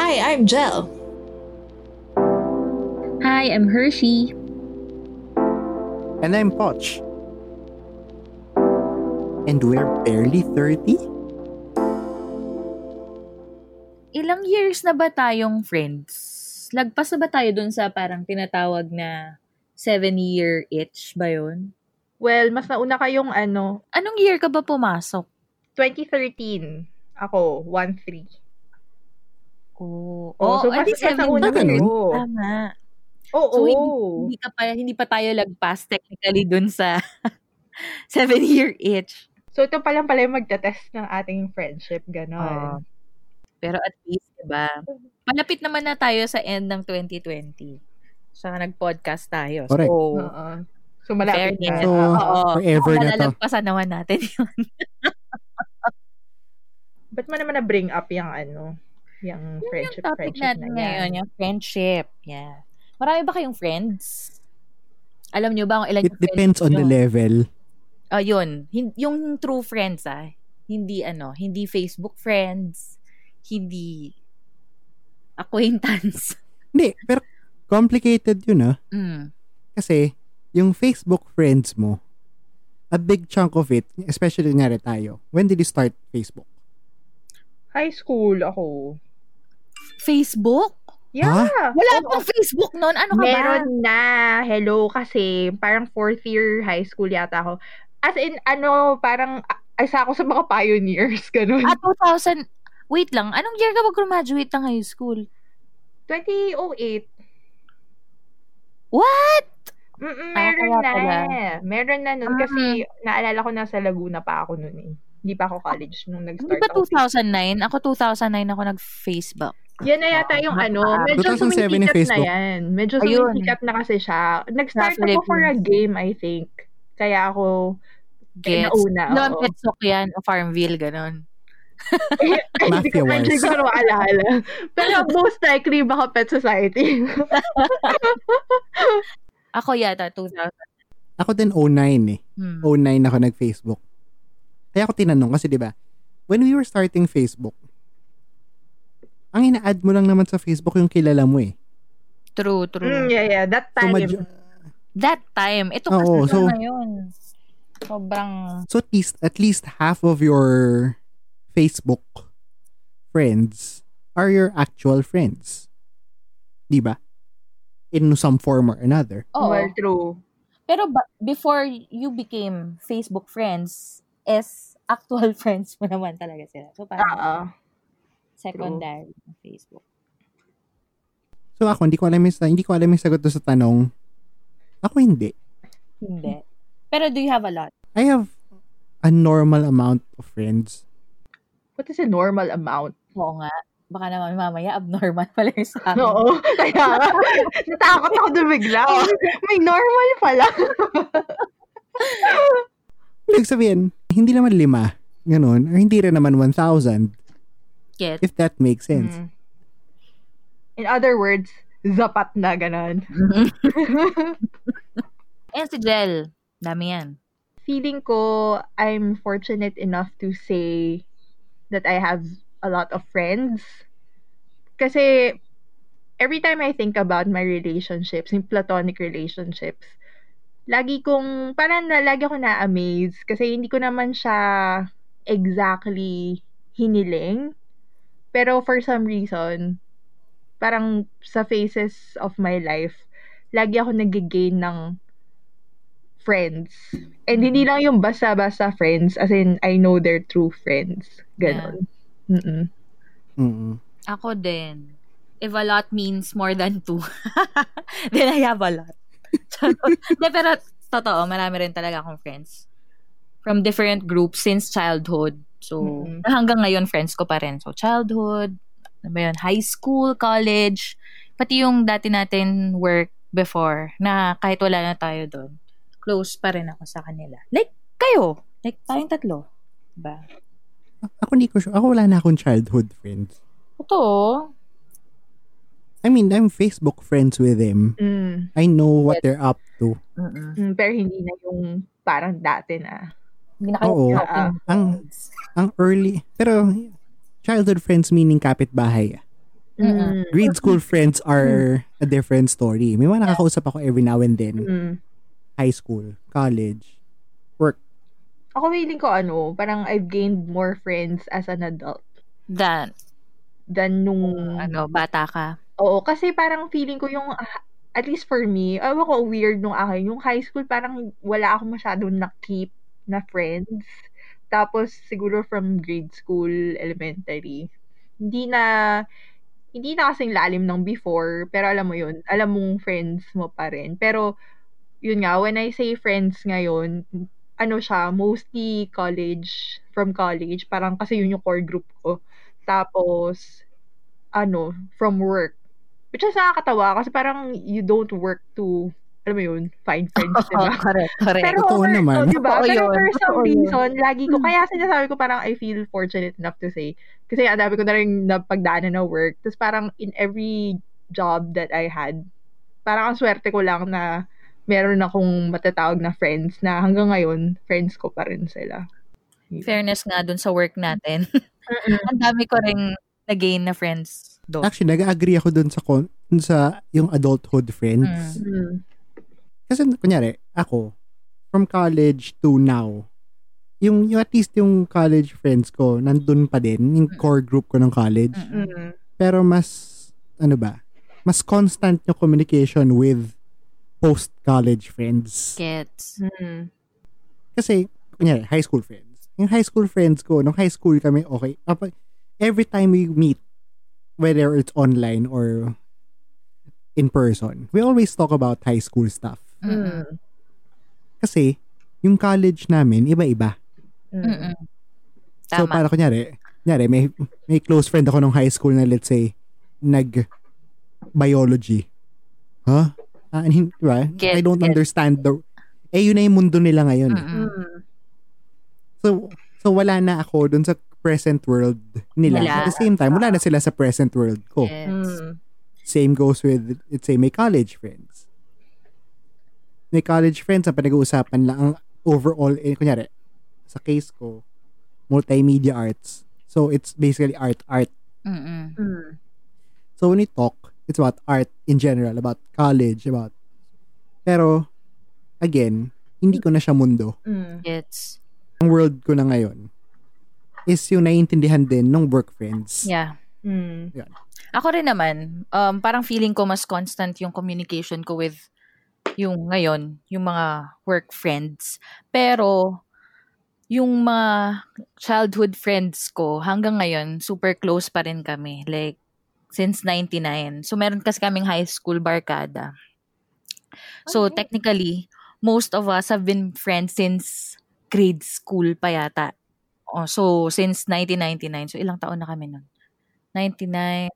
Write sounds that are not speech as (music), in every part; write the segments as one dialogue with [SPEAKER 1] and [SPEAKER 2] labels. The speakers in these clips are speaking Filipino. [SPEAKER 1] Hi, I'm Jel.
[SPEAKER 2] Hi, I'm Hershey.
[SPEAKER 3] And I'm Poch. And we're barely 30?
[SPEAKER 2] Ilang years na ba tayong friends? Lagpas na ba tayo dun sa parang tinatawag na seven-year itch ba yun?
[SPEAKER 4] Well, mas nauna kayong ano,
[SPEAKER 2] Anong year ka ba pumasok?
[SPEAKER 4] 2013. Ako, 1-3.
[SPEAKER 2] Oh, oh,
[SPEAKER 4] Oh, so
[SPEAKER 2] adi
[SPEAKER 4] mas- mas
[SPEAKER 2] seven
[SPEAKER 4] nauna
[SPEAKER 2] ba?
[SPEAKER 3] kayo.
[SPEAKER 4] kayo.
[SPEAKER 2] Tama.
[SPEAKER 4] Oo.
[SPEAKER 2] Ah, So, Hindi, ka pa, hindi pa tayo lagpas technically dun sa (laughs) seven-year itch.
[SPEAKER 4] So, ito pa lang pala yung magta-test ng ating friendship,
[SPEAKER 2] Oo.
[SPEAKER 4] gano'n.
[SPEAKER 2] Pero at least, diba? Malapit naman na tayo sa end ng 2020. Saka nag-podcast tayo.
[SPEAKER 3] Correct.
[SPEAKER 2] So,
[SPEAKER 4] Oo. So, malapit
[SPEAKER 2] Fairness.
[SPEAKER 4] na.
[SPEAKER 3] So,
[SPEAKER 2] Oo.
[SPEAKER 3] forever na to.
[SPEAKER 2] Lalagpasan naman natin yun.
[SPEAKER 4] Ba't mo naman na-bring up yung ano, yung
[SPEAKER 2] Yun yung
[SPEAKER 4] friendship,
[SPEAKER 2] topic
[SPEAKER 4] friendship
[SPEAKER 2] natin
[SPEAKER 4] na
[SPEAKER 2] ngayon,
[SPEAKER 4] yan.
[SPEAKER 2] yung friendship. Yeah. Marami ba kayong friends? Alam nyo ba kung ilan
[SPEAKER 3] It depends on the level.
[SPEAKER 2] Oh, yun. Hin- yung true friends, ah. Hindi ano, hindi Facebook friends, hindi acquaintance. (laughs)
[SPEAKER 3] Hindi, pero complicated yun ah.
[SPEAKER 2] Mm.
[SPEAKER 3] Kasi, yung Facebook friends mo, a big chunk of it, especially nga tayo, when did you start Facebook?
[SPEAKER 4] High school ako.
[SPEAKER 2] Facebook?
[SPEAKER 4] Yeah!
[SPEAKER 2] Wala
[SPEAKER 4] Oo.
[SPEAKER 2] pang Facebook noon. Ano ka ba?
[SPEAKER 4] Meron na. Hello, kasi parang fourth year high school yata ako. As in, ano, parang ah, isa ako sa mga pioneers, (laughs) ganun.
[SPEAKER 2] Ah, 2000... Wait lang, anong year ka mag-graduate ng high school?
[SPEAKER 4] 2008.
[SPEAKER 2] What?
[SPEAKER 4] Mm-mm,
[SPEAKER 2] Ah,
[SPEAKER 4] meron
[SPEAKER 2] kaya
[SPEAKER 4] na.
[SPEAKER 2] pala.
[SPEAKER 4] Meron na nun. Kasi naalala ko nasa Laguna pa ako nun eh. Hindi pa ako college nung
[SPEAKER 2] Hindi
[SPEAKER 4] nag-start
[SPEAKER 2] ba
[SPEAKER 4] ako.
[SPEAKER 2] 2009? Ako 2009 ako nag-Facebook.
[SPEAKER 4] Yan na yata yung ano.
[SPEAKER 3] 2007
[SPEAKER 4] Medyo
[SPEAKER 3] yung
[SPEAKER 4] sumisikat na
[SPEAKER 3] Facebook.
[SPEAKER 4] yan. Medyo
[SPEAKER 2] Ah, Ayun.
[SPEAKER 4] sumisikat na kasi siya. Nag-start
[SPEAKER 2] Sa
[SPEAKER 4] ako for a
[SPEAKER 2] Philippines.
[SPEAKER 4] game, I think. Kaya ako (laughs)
[SPEAKER 2] Gets.
[SPEAKER 4] Eh, nauna.
[SPEAKER 2] Noon,
[SPEAKER 4] oo.
[SPEAKER 2] Petsok yan, o Farmville, ganun.
[SPEAKER 4] Hindi ko
[SPEAKER 3] Mafia-wise.
[SPEAKER 4] hindi ko na maalala. (laughs) Pero most likely, baka Pet Society. (laughs)
[SPEAKER 2] Ako yata, 2000.
[SPEAKER 3] Ako din 09 eh.
[SPEAKER 2] Hmm.
[SPEAKER 3] 09 ako nag-Facebook. Kaya ako tinanong kasi 'di ba? When we were starting Facebook, ang ina-add mo lang naman sa Facebook yung kilala mo eh.
[SPEAKER 2] True,
[SPEAKER 4] Mm,
[SPEAKER 2] true.
[SPEAKER 4] yeah, yeah. That
[SPEAKER 3] So,
[SPEAKER 4] time.
[SPEAKER 3] medyo-
[SPEAKER 2] That time, ito kasi
[SPEAKER 3] Oo, so-
[SPEAKER 2] na yun. Sobrang,
[SPEAKER 3] so at least at least half of your Facebook friends are your actual friends. 'Di ba? In some form or another.
[SPEAKER 2] oo.
[SPEAKER 4] Well, true.
[SPEAKER 2] Pero ba- before you became Facebook friends, is actual (laughs) friends mo naman talaga sila. So parang
[SPEAKER 4] Oo.
[SPEAKER 2] secondary ng Facebook.
[SPEAKER 3] So ako hindi ko alam yung, sa- hindi ko alam yung sagot doon sa tanong. Ako hindi.
[SPEAKER 2] Hindi. Pero do you have a lot?
[SPEAKER 3] I have a normal amount of friends.
[SPEAKER 4] What is a normal amount?
[SPEAKER 2] Oo nga. Baka naman mamaya abnormal (laughs) pala yung sa akin.
[SPEAKER 4] Oo. (laughs) Kaya, nga. natakot ako doon bigla. Oh, (laughs) May normal pala.
[SPEAKER 3] Ibig sabihin, hindi naman lima, ganun, or hindi rin naman 1,000,
[SPEAKER 2] Get.
[SPEAKER 3] if that makes sense.
[SPEAKER 4] Mm. In other words, zapat na ganun.
[SPEAKER 2] (laughs)
[SPEAKER 4] (laughs)
[SPEAKER 2] And si Jel. Dami yan.
[SPEAKER 4] Feeling ko, I'm fortunate enough to say that I have a lot of friends. Kasi, every time I think about my relationships, yung platonic relationships, lagi kong, parang na, lagi ako na-amaze kasi hindi ko naman siya exactly hiniling. Pero for some reason, parang sa phases of my life, lagi ako nagigain ng friends. And hindi lang yung basta-basta friends, as in, I know they're true friends. Ganon. Mm-mm.
[SPEAKER 3] Mm-mm.
[SPEAKER 2] Ako din. If a lot means more than two, (laughs) then I have a lot. De, pero totoo, marami rin talaga akong friends. From different groups since childhood. So,
[SPEAKER 4] Mm-mm.
[SPEAKER 2] hanggang ngayon, friends ko pa rin. So, childhood, ano ba yun, high school, college, pati yung dati natin work before, na kahit wala na tayo doon, close pa rin ako sa kanila. Like, kayo. Like, tayong tatlo. Diba?
[SPEAKER 3] Ako hindi ko sure. Ako wala na akong childhood friends.
[SPEAKER 2] Totoo.
[SPEAKER 3] I mean, I'm Facebook friends with them.
[SPEAKER 4] Mm.
[SPEAKER 3] I know what they're up to.
[SPEAKER 2] Mm-mm.
[SPEAKER 4] Mm, pero hindi na yung parang dati na.
[SPEAKER 2] Hindi na kayo
[SPEAKER 3] Oo.
[SPEAKER 2] talking
[SPEAKER 3] Ang,
[SPEAKER 2] friends.
[SPEAKER 3] ang early, pero childhood friends meaning kapitbahay.
[SPEAKER 2] Mm-mm.
[SPEAKER 4] Mm.
[SPEAKER 3] Grade school friends are a different story. May mga nakakausap ako every now and then.
[SPEAKER 4] Mm.
[SPEAKER 3] High school, college, work.
[SPEAKER 4] Ako feeling ko ano, parang I've gained more friends as an adult
[SPEAKER 2] That,
[SPEAKER 4] than nung
[SPEAKER 2] ano, bata ka.
[SPEAKER 4] Oo, kasi parang feeling ko yung ah, at least for me, alam ko weird nung akin, yung high school parang wala ako masyadong na-keep na friends. Tapos siguro from grade school, elementary. Hindi na hindi na kasing lalim ng before, pero alam mo yun, alam mong friends mo pa rin. Pero yun nga, when I say friends ngayon, ano siya, mostly college, from college, parang kasi yun yung core group ko. Tapos, ano, from work. Which is nakakatawa kasi parang you don't work to, alam mo yun, find friends,
[SPEAKER 2] (laughs) Oo,
[SPEAKER 4] diba?
[SPEAKER 2] correct, correct.
[SPEAKER 4] Pero
[SPEAKER 3] Totoo
[SPEAKER 4] for,
[SPEAKER 3] naman. Hmm.
[SPEAKER 4] oh, diba?
[SPEAKER 2] Totoo
[SPEAKER 4] Pero
[SPEAKER 2] yun.
[SPEAKER 4] for some
[SPEAKER 2] Totoo yun.
[SPEAKER 4] reason, lagi ko, kaya sinasabi ko parang I feel fortunate enough to say. Kasi ang dami ko na rin napagdaanan na work. Tapos parang in every job that I had, parang ang swerte ko lang na meron akong matatawag na friends na hanggang ngayon, friends ko pa rin sila.
[SPEAKER 2] Fairness nga dun sa work natin. (laughs) Ang dami ko rin na-gain na friends doon.
[SPEAKER 3] Actually, nag-agree ako dun sa, con- dun sa yung adulthood friends.
[SPEAKER 4] Mm.
[SPEAKER 3] Kasi, kunyari, ako, from college to now, yung, yung at least yung college friends ko, nandun pa din, yung core group ko ng college.
[SPEAKER 2] Mm.
[SPEAKER 4] Mm.
[SPEAKER 3] Pero mas, ano ba, mas constant yung communication with post-college friends.
[SPEAKER 2] Gets.
[SPEAKER 4] Mm.
[SPEAKER 3] Kasi, kunyari, high school friends. Yung high school friends ko, nung high school kami, okay. apa- Every time we meet, whether it's online or in person, we always talk about high school stuff.
[SPEAKER 2] Mm.
[SPEAKER 3] Kasi, yung college namin, iba-iba.
[SPEAKER 4] Mm.
[SPEAKER 2] Mm-mm.
[SPEAKER 3] So,
[SPEAKER 2] Tama.
[SPEAKER 3] para kunyari, kunyari, may, may close friend ako nung high school na, let's say, nag-biology. Huh? Ah, I mean, diba?
[SPEAKER 2] Get-
[SPEAKER 3] I don't
[SPEAKER 2] get.
[SPEAKER 3] understand the... Eh, yun na yung mundo nila ngayon. eh.
[SPEAKER 2] Mm-mm.
[SPEAKER 3] So, so wala na ako dun sa present world nila.
[SPEAKER 2] Wala.
[SPEAKER 3] At the same time, wala na sila sa present world ko.
[SPEAKER 2] Yes.
[SPEAKER 4] Mm.
[SPEAKER 3] Same goes with, let's say, may college friends. May college friends ang pinag-uusapan lang ang overall, eh, kunyari, sa case ko, multimedia arts. So, it's basically art, art.
[SPEAKER 2] Mm-mm.
[SPEAKER 4] Mm.
[SPEAKER 3] So, when we talk, it's about art in general, about college, about... Pero, again, hindi ko na siya mundo.
[SPEAKER 4] Mm.
[SPEAKER 2] Gets.
[SPEAKER 3] ang world ko na ngayon is yung naiintindihan din ng work friends.
[SPEAKER 2] Yeah.
[SPEAKER 4] Mm.
[SPEAKER 2] Ako rin naman, um, parang feeling ko mas constant yung communication ko with yung ngayon, yung mga work friends. Pero, yung mga childhood friends ko, hanggang ngayon, super close pa rin kami. Like, since 99. So, meron kasi kaming high school barkada. So,
[SPEAKER 4] Okay.
[SPEAKER 2] technically, most of us have been friends since grade school pa yata. Oh, so, since 1999. So, ilang taon na kami nun? 99.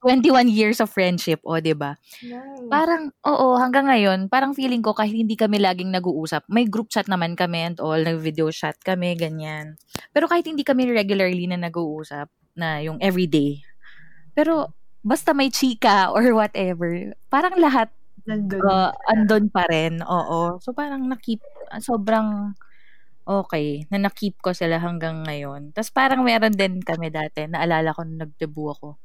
[SPEAKER 2] 21 years of friendship, o, oh, di ba?
[SPEAKER 4] Nice.
[SPEAKER 2] Parang, oo, hanggang ngayon, parang feeling ko kahit hindi kami laging nag-uusap, may group chat naman kami and all, nag-video chat kami, ganyan. Pero kahit hindi kami regularly na nag-uusap, na yung everyday. Pero, basta may chika or whatever, parang lahat
[SPEAKER 4] Nandun.
[SPEAKER 2] uh, andon pa rin. Oo. So parang nakip sobrang okay na nakip ko sila hanggang ngayon. Tapos parang meron din kami dati, naalala ko nung nag-debut ako.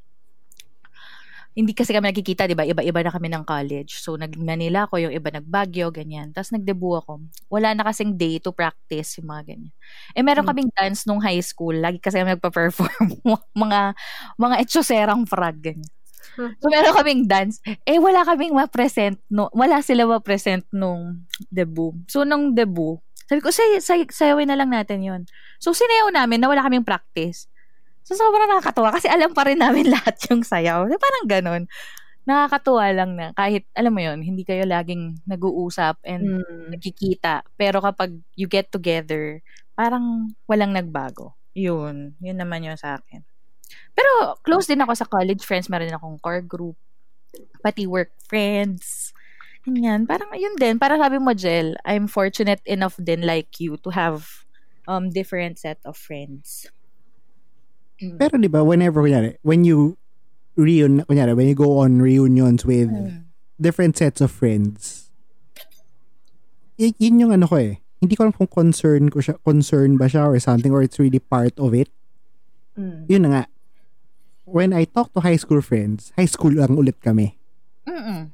[SPEAKER 2] Hindi kasi kami nakikita, 'di ba? Iba-iba na kami ng college. So nag Manila ako, yung iba nag Baguio, ganyan. Tapos nag-debut ako. Wala na kasing day to practice yung mga ganyan. Eh meron
[SPEAKER 4] Mm.
[SPEAKER 2] kaming dance nung high school, lagi kasi kami nagpa-perform (laughs) mga mga etsoserang frag ganyan. So, meron kaming dance. Eh, wala kaming ma-present. No, wala sila ma-present nung debut. So, nung debut, sabi ko, say, say, sayawin na lang natin yon So, sinayaw namin na wala kaming practice. So, sobrang nakakatuwa kasi alam pa rin namin (laughs) lahat yung sayaw. So, parang ganun. Nakakatuwa lang na kahit, alam mo yon hindi kayo laging nag-uusap and
[SPEAKER 4] Mm.
[SPEAKER 2] nagkikita. Pero kapag you get together, parang walang nagbago. Yun. Yun naman yun sa akin. Pero close din ako sa college friends. Meron din akong core group. Pati work friends. Ganyan. Parang yun din. Parang sabi mo, Jel, I'm fortunate enough din like you to have um different set of friends. Mm.
[SPEAKER 3] Pero di ba, whenever, kunyari, when you reun kunyari, when you go on reunions with
[SPEAKER 2] Mm.
[SPEAKER 3] different sets of friends, y- yun yung ano ko eh. Hindi ko alam kung concern ko siya, concern ba siya or something or it's really part of it.
[SPEAKER 4] Mm.
[SPEAKER 3] Yun na nga. when I talk to high school friends, high school lang ulit kami.
[SPEAKER 2] Mm-mm.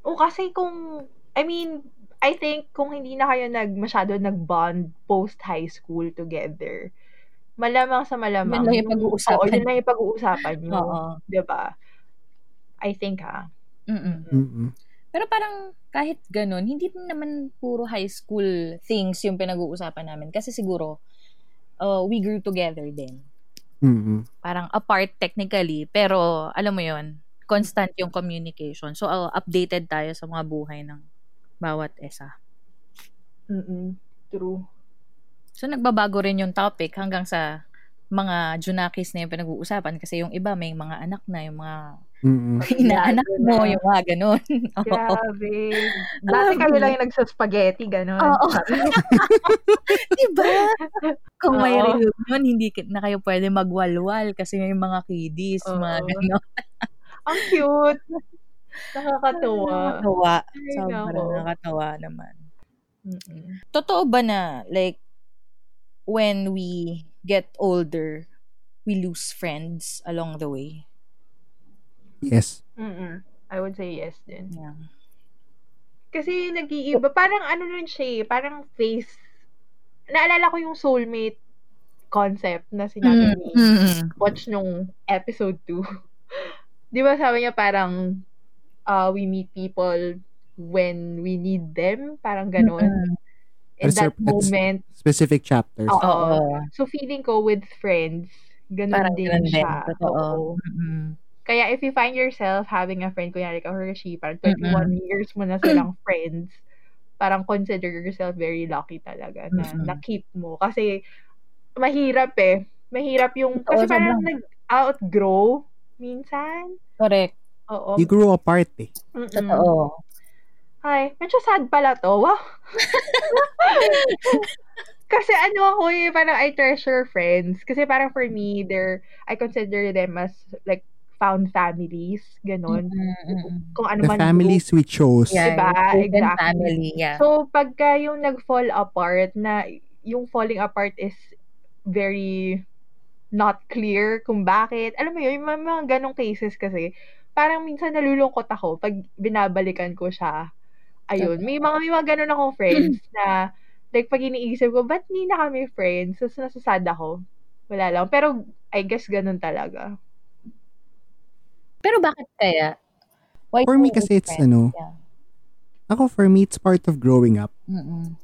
[SPEAKER 4] O Oh, kasi kung, I mean, I think kung hindi na kayo nag, masyado nag-bond post-high school together, malamang sa malamang.
[SPEAKER 2] Yun lang yung pag-uusapan.
[SPEAKER 4] Oo, yun lang yung pag-uusapan nyo.
[SPEAKER 2] Oo.
[SPEAKER 4] Diba? I think, ha?
[SPEAKER 2] Mm-mm.
[SPEAKER 3] Mm-mm.
[SPEAKER 2] Pero parang kahit ganun, hindi din naman puro high school things yung pinag-uusapan namin. Kasi siguro, uh, we grew together din.
[SPEAKER 3] Mm-mm.
[SPEAKER 2] Parang apart technically, pero alam mo yon constant yung communication. So, uh, updated tayo sa mga buhay ng bawat isa.
[SPEAKER 4] Mm-mm.
[SPEAKER 2] (laughs)
[SPEAKER 4] True.
[SPEAKER 2] So, nagbabago rin yung topic hanggang sa mga junakis na yung pinag-uusapan kasi yung iba may mga anak na, yung mga
[SPEAKER 3] Mm-mm.
[SPEAKER 2] inaanak mo,
[SPEAKER 4] na.
[SPEAKER 2] yung mga ganun. (laughs) Oo.
[SPEAKER 4] Grabe. Dati
[SPEAKER 2] Grabe.
[SPEAKER 4] kayo lang yung nagsaspaghetti, gano'n.
[SPEAKER 2] Oo. diba? Kung may
[SPEAKER 4] Oo.
[SPEAKER 2] reunion, hindi ki- na kayo pwede magwalwal kasi may mga kiddies,
[SPEAKER 4] Oo.
[SPEAKER 2] mga gano'n.
[SPEAKER 4] (laughs) Ang
[SPEAKER 2] (laughs)
[SPEAKER 4] cute. Nakakatuwa.
[SPEAKER 2] Nakakatawa.
[SPEAKER 4] Ay,
[SPEAKER 2] Sobrang
[SPEAKER 4] nako.
[SPEAKER 2] nakakatawa naman.
[SPEAKER 4] Mm-mm.
[SPEAKER 2] Totoo ba na, like, when we get older, we lose friends along the way?
[SPEAKER 3] Yes.
[SPEAKER 4] Mm-mm. I would say yes din.
[SPEAKER 2] Yeah.
[SPEAKER 4] Kasi
[SPEAKER 2] Oh.
[SPEAKER 4] nag-iiba. Parang ano nun siya eh, Parang face. Naalala ko yung soulmate concept na sinabi ni
[SPEAKER 2] Mm.
[SPEAKER 4] watch nung episode 2. (laughs) Di ba sabi niya parang uh, we meet people when we need them? Parang ganon.
[SPEAKER 2] Mm.
[SPEAKER 4] In
[SPEAKER 3] That's your-
[SPEAKER 4] that
[SPEAKER 3] that's-
[SPEAKER 4] moment.
[SPEAKER 3] Specific chapters.
[SPEAKER 4] Oo.
[SPEAKER 2] Oo.
[SPEAKER 4] So feeling ko with friends, ganon
[SPEAKER 2] Parang
[SPEAKER 4] din
[SPEAKER 2] ganun din.
[SPEAKER 4] siya. Oo.
[SPEAKER 2] Totoo. Mm-hmm. Mm-mm.
[SPEAKER 4] Kaya if you find yourself having a friend, kunyari ka or she, parang 21 years mo na silang (clears throat) friends, parang consider yourself very lucky talaga na
[SPEAKER 2] Mm-mm.
[SPEAKER 4] na-keep mo. Kasi mahirap eh. Mahirap yung,
[SPEAKER 2] Totoo,
[SPEAKER 4] kasi parang
[SPEAKER 2] sobrang.
[SPEAKER 4] nag-outgrow minsan.
[SPEAKER 2] Correct.
[SPEAKER 4] Oo.
[SPEAKER 3] You grew apart eh.
[SPEAKER 4] Mm-mm.
[SPEAKER 2] Totoo.
[SPEAKER 4] Ay, medyo sad pala to.
[SPEAKER 2] (laughs)
[SPEAKER 4] Wow. Kasi ano ako eh, parang I treasure friends. Kasi parang for me, they're, I consider them as like found families. Ganon.
[SPEAKER 2] Mm-mm.
[SPEAKER 4] Kung ano
[SPEAKER 3] The
[SPEAKER 4] man.
[SPEAKER 3] families we chose.
[SPEAKER 2] Mm-hmm. Yeah,
[SPEAKER 4] Diba?
[SPEAKER 2] yung chosen
[SPEAKER 4] Exactly.
[SPEAKER 2] family, yeah.
[SPEAKER 4] So, pagka yung nag-fall apart, na yung falling apart is very not clear kung bakit. Alam mo yun, yung mga, mga ganong cases kasi, parang minsan nalulungkot ako pag binabalikan ko siya. Ayun, may mga, may mga ganon akong friends na, like, pag iniisip ko, ba't hindi na kami friends? Tapos nasasad ako. Wala lang. Pero, I guess ganon talaga.
[SPEAKER 2] Pero bakit kaya? Why
[SPEAKER 3] For
[SPEAKER 2] do
[SPEAKER 3] me
[SPEAKER 2] we
[SPEAKER 3] kasi
[SPEAKER 2] need
[SPEAKER 3] it's
[SPEAKER 2] friends?
[SPEAKER 3] ano,
[SPEAKER 2] Yeah.
[SPEAKER 3] ako for me it's part of growing up.
[SPEAKER 2] Mm-mm.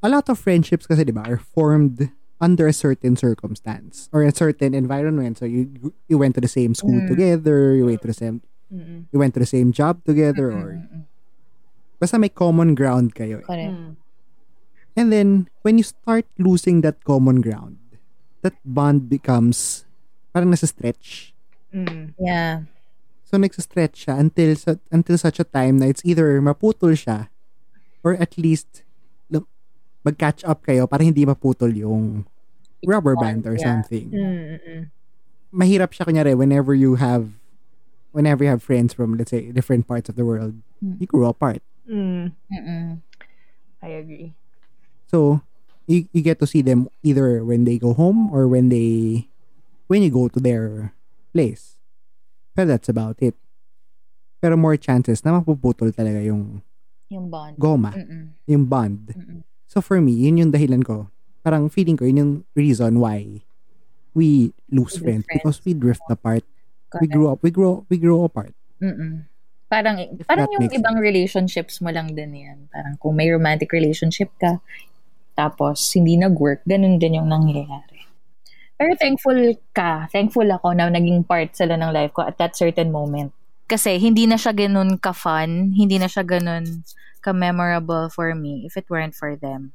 [SPEAKER 3] A lot of friendships kasi 'di ba are formed under a certain circumstance or a certain environment. So you you went to the same school
[SPEAKER 2] Mm.
[SPEAKER 3] together, you went to the same
[SPEAKER 4] Mm-mm.
[SPEAKER 3] you went to the same job together or
[SPEAKER 2] Mm-mm.
[SPEAKER 3] basta may common ground kayo. eh.
[SPEAKER 2] Correct.
[SPEAKER 4] Mm.
[SPEAKER 3] And then when you start losing that common ground, that bond becomes parang nasa stretch.
[SPEAKER 4] Mm.
[SPEAKER 2] Yeah.
[SPEAKER 3] So nagsa-stretch siya until sa, until such a time na it's either maputol siya or at least lum- mag-catch up kayo para hindi maputol yung rubber band
[SPEAKER 2] Yeah.
[SPEAKER 3] or
[SPEAKER 2] Mm.
[SPEAKER 3] something.
[SPEAKER 4] Mm-mm.
[SPEAKER 3] Mahirap siya kunyari whenever you have whenever you have friends from let's say different parts of the world,
[SPEAKER 2] Mm.
[SPEAKER 3] you grow apart.
[SPEAKER 4] Mm.
[SPEAKER 2] Mm-mm.
[SPEAKER 4] I agree.
[SPEAKER 3] So you, you get to see them either when they go home or when they when you go to their place. Pero that's about it. Pero more chances na mapuputol talaga yung
[SPEAKER 2] Yung bond.
[SPEAKER 3] goma.
[SPEAKER 2] Mm-mm.
[SPEAKER 3] yung bond.
[SPEAKER 2] Mm-mm.
[SPEAKER 3] So for me, yun yung dahilan ko. Parang feeling ko, yun yung reason why we
[SPEAKER 2] We
[SPEAKER 3] lose
[SPEAKER 2] lose
[SPEAKER 3] friends,
[SPEAKER 2] friends.
[SPEAKER 3] because we drift apart.
[SPEAKER 2] Correct.
[SPEAKER 3] We grew up, we grow, we grow apart.
[SPEAKER 2] Mm-mm. Parang,
[SPEAKER 3] If
[SPEAKER 2] parang
[SPEAKER 3] that
[SPEAKER 2] yung
[SPEAKER 3] makes
[SPEAKER 2] ibang relationships mo lang din yan. Parang kung may romantic relationship ka, tapos hindi nag-work, ganun din yung nangyayari. Pero thankful ka, thankful ako na naging part sila ng life ko at that certain moment. Kasi hindi na siya ganun ka-fun, hindi na siya ganun ka-memorable for me if it weren't for them.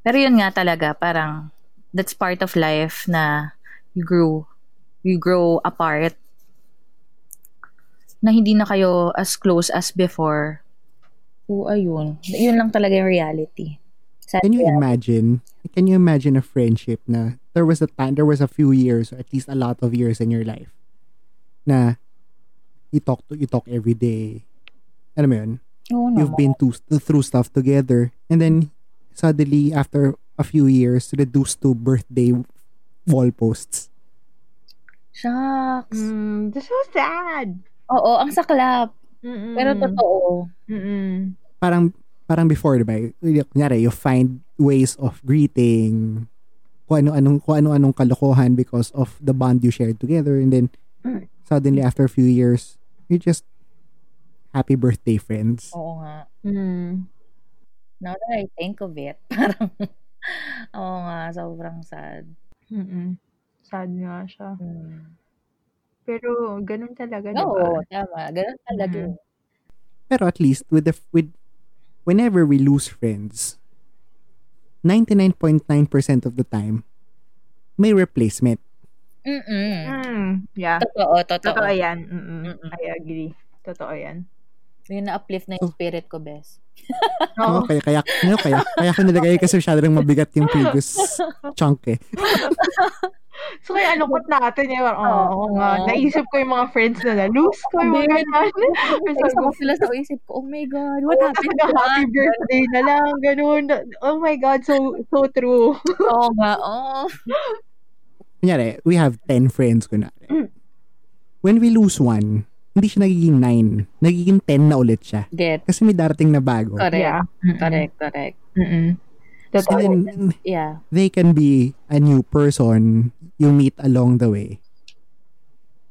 [SPEAKER 2] Pero yun nga talaga, parang that's part of life na you grew, you grow apart na hindi na kayo as close as before. Oo, ayun. Yun lang talaga yung reality. Sad
[SPEAKER 3] Can you
[SPEAKER 2] reality.
[SPEAKER 3] imagine? Can you imagine a friendship na there was a time, there was a few years, or at least a lot of years in your life, na you talk to, you talk every day. Alam mo yun?
[SPEAKER 2] Oo
[SPEAKER 3] You've
[SPEAKER 2] naman.
[SPEAKER 3] been to, through stuff together, and then suddenly after a few years, reduced to birthday wall posts.
[SPEAKER 2] Shucks.
[SPEAKER 4] Mm, that's so sad.
[SPEAKER 2] Oo, ang saklap.
[SPEAKER 4] Mm-mm.
[SPEAKER 2] Pero totoo.
[SPEAKER 4] Mm-mm.
[SPEAKER 3] Parang, parang before, di ba? Y- Kunyari, you find ways of greeting, kung ano-anong, kung ano-anong kalokohan because of the bond you shared together. And then, suddenly, after a few years, you just, happy birthday, friends.
[SPEAKER 2] Oo nga.
[SPEAKER 4] Mm.
[SPEAKER 2] Now that I think of it, (laughs) parang, oo nga, sobrang sad.
[SPEAKER 4] Mm-mm. Sad nga siya.
[SPEAKER 2] Mm. Diba?
[SPEAKER 4] Pero ganun talaga, di ba?
[SPEAKER 2] Oo, tama. Ganun talaga.
[SPEAKER 4] Mhm.
[SPEAKER 3] Pero at least with the with whenever we lose friends, 99.9% of the time may replacement.
[SPEAKER 2] Mm-mm.
[SPEAKER 4] Mm. Yeah.
[SPEAKER 2] Totoo, totoo.
[SPEAKER 4] Totoo yan. Mm-mm.
[SPEAKER 2] Mm-mm.
[SPEAKER 4] I agree. Totoo yan.
[SPEAKER 2] Yun na-uplift na yung spirit ko, best.
[SPEAKER 4] Oh.
[SPEAKER 3] Oo, kaya kaya no, kaya kaya ko nilagay kasi masyado nang mabigat yung previous chunk eh.
[SPEAKER 4] So, kaya alukot natin yun. Oo, oh,
[SPEAKER 2] Oo.
[SPEAKER 4] nga. Naisip ko yung mga friends na na-lose ko. Yung mga
[SPEAKER 2] Sabi-
[SPEAKER 4] ganun. Ay,
[SPEAKER 2] Isa
[SPEAKER 4] sabi
[SPEAKER 2] ko
[SPEAKER 4] ko,
[SPEAKER 2] sila sa isip ko, oh my God, what
[SPEAKER 4] "Oh,
[SPEAKER 2] happened
[SPEAKER 4] talaga,
[SPEAKER 2] to
[SPEAKER 4] happy
[SPEAKER 2] us?"
[SPEAKER 4] birthday na lang. Ganun. Oh my God, so so true.
[SPEAKER 2] Oo nga, oo.
[SPEAKER 3] Kunyari, we have 10 friends kunwari.
[SPEAKER 4] Mm.
[SPEAKER 3] When we lose one, hindi siya nagiging 9. Nagiging 10 na ulit siya.
[SPEAKER 2] Get.
[SPEAKER 3] Kasi may darating na bago.
[SPEAKER 2] Correct.
[SPEAKER 4] Mm-mm.
[SPEAKER 2] Correct, correct.
[SPEAKER 4] Mm-mm.
[SPEAKER 3] So
[SPEAKER 4] Totoo.
[SPEAKER 3] then,
[SPEAKER 2] Yeah.
[SPEAKER 3] they can be a new person you meet along the way.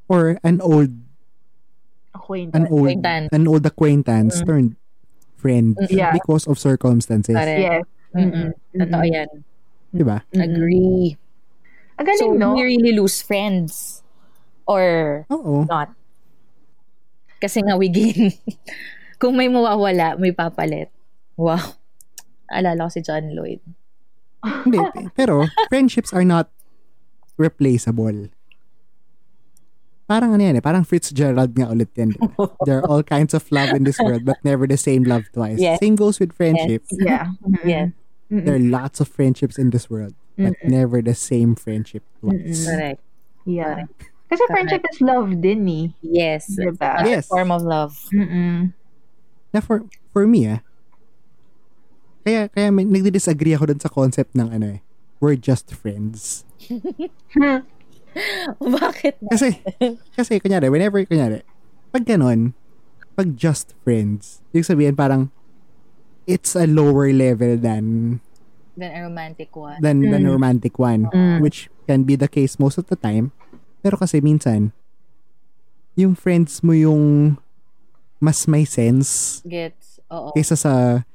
[SPEAKER 3] Or an old an
[SPEAKER 4] Acquaintance.
[SPEAKER 3] old
[SPEAKER 2] Acquaintance.
[SPEAKER 3] an old acquaintance
[SPEAKER 2] Mm.
[SPEAKER 3] turned friend
[SPEAKER 2] Mm,
[SPEAKER 4] yeah.
[SPEAKER 3] because of circumstances,
[SPEAKER 2] Correct.
[SPEAKER 4] Yes.
[SPEAKER 2] Mm-mm. Totoo
[SPEAKER 4] Mm-mm.
[SPEAKER 2] yan.
[SPEAKER 3] 'di ba?
[SPEAKER 4] Mm-mm.
[SPEAKER 2] Agree.
[SPEAKER 4] Ang
[SPEAKER 2] So,
[SPEAKER 4] galing, no?
[SPEAKER 2] we really lose friends. Or
[SPEAKER 3] Oo.
[SPEAKER 2] not. Kasi nga, we gain. (laughs) Kung may mawawala, may papalit. Wow. Alala ko si John Lloyd.
[SPEAKER 3] Hindi,
[SPEAKER 2] Ah.
[SPEAKER 3] pe- pero friendships are not replaceable. Parang ano yan eh, parang Fitzgerald nga ulit
[SPEAKER 2] (laughs)
[SPEAKER 3] yan. di ba? There are all kinds of love in this world but never the same love twice.
[SPEAKER 2] Yes.
[SPEAKER 3] Same goes with friendships.
[SPEAKER 2] (laughs)
[SPEAKER 4] Yeah. Mm-mm.
[SPEAKER 2] Yes.
[SPEAKER 4] Mm-mm.
[SPEAKER 3] There are lots of friendships in this world but
[SPEAKER 4] Mm-mm.
[SPEAKER 3] never the same friendship twice.
[SPEAKER 2] Correct.
[SPEAKER 4] Yeah. Kasi friendship is love din eh.
[SPEAKER 2] Yes.
[SPEAKER 4] Diba?
[SPEAKER 3] Yes.
[SPEAKER 2] Form of love. (laughs)
[SPEAKER 4] Mm-mm.
[SPEAKER 3] na for for me ah kaya kaya may, nagdi-disagree ako dun sa concept ng ano eh we're just friends
[SPEAKER 4] Hmm.
[SPEAKER 2] Bakit?
[SPEAKER 3] kasi kasi kunyari whenever kunyari pag ganon pag just friends yung sabihin parang it's a lower level than
[SPEAKER 2] Than a romantic one.
[SPEAKER 3] than than a
[SPEAKER 4] Mm.
[SPEAKER 3] romantic one
[SPEAKER 4] Mm.
[SPEAKER 3] which can be the case most of the time pero kasi minsan yung friends mo yung mas may sense
[SPEAKER 2] Gets. Oo.
[SPEAKER 3] kaysa sa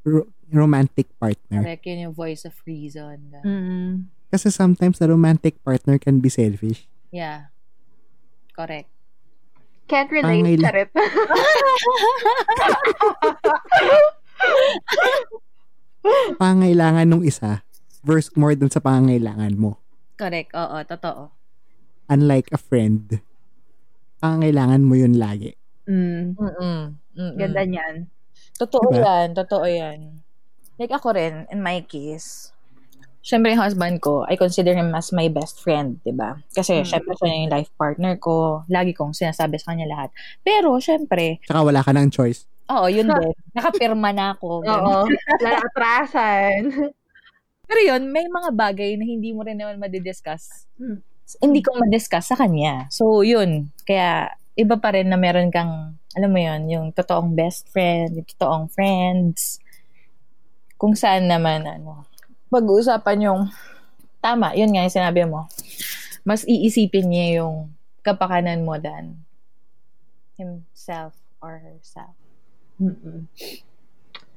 [SPEAKER 3] ro- romantic partner
[SPEAKER 2] Correct. Yun yung voice of reason.
[SPEAKER 4] Mm-mm.
[SPEAKER 3] Kasi sometimes the romantic partner can be selfish.
[SPEAKER 2] Yeah. Correct.
[SPEAKER 4] Can't relate,
[SPEAKER 3] Pangil.
[SPEAKER 2] (laughs)
[SPEAKER 4] charit.
[SPEAKER 3] Pangailangan nung isa versus more than sa pangailangan mo.
[SPEAKER 2] Correct. Oo. Totoo.
[SPEAKER 3] Unlike a friend, pangailangan mo yun lagi.
[SPEAKER 4] mm.
[SPEAKER 2] Mm-mm. Mm-mm.
[SPEAKER 4] Ganda niyan.
[SPEAKER 2] Totoo
[SPEAKER 3] Diba?
[SPEAKER 2] yan. Totoo yan. Like ako rin, in my case, syempre yung husband ko, I consider him as my best friend, di ba? Kasi
[SPEAKER 4] Mm.
[SPEAKER 2] syempre siya yung life partner ko. Lagi kong sinasabi sa kanya lahat. Pero syempre,
[SPEAKER 3] Tsaka wala ka ng choice.
[SPEAKER 2] oo, (laughs) yun din. Nakapirma na ako. ganun.
[SPEAKER 4] Oo. Lala atrasan.
[SPEAKER 2] Pero yun, may mga bagay na hindi mo rin naman madidiscuss.
[SPEAKER 4] Mm.
[SPEAKER 2] Hindi ko madiscuss sa kanya. So, yun. Kaya, iba pa rin na meron kang, alam mo yun, yung totoong best friend, yung totoong friends. Kung saan naman, ano, pag-uusapan yung, tama, yun nga yung sinabi mo. Mas iisipin niya yung kapakanan mo than himself or herself.
[SPEAKER 4] Mm-mm.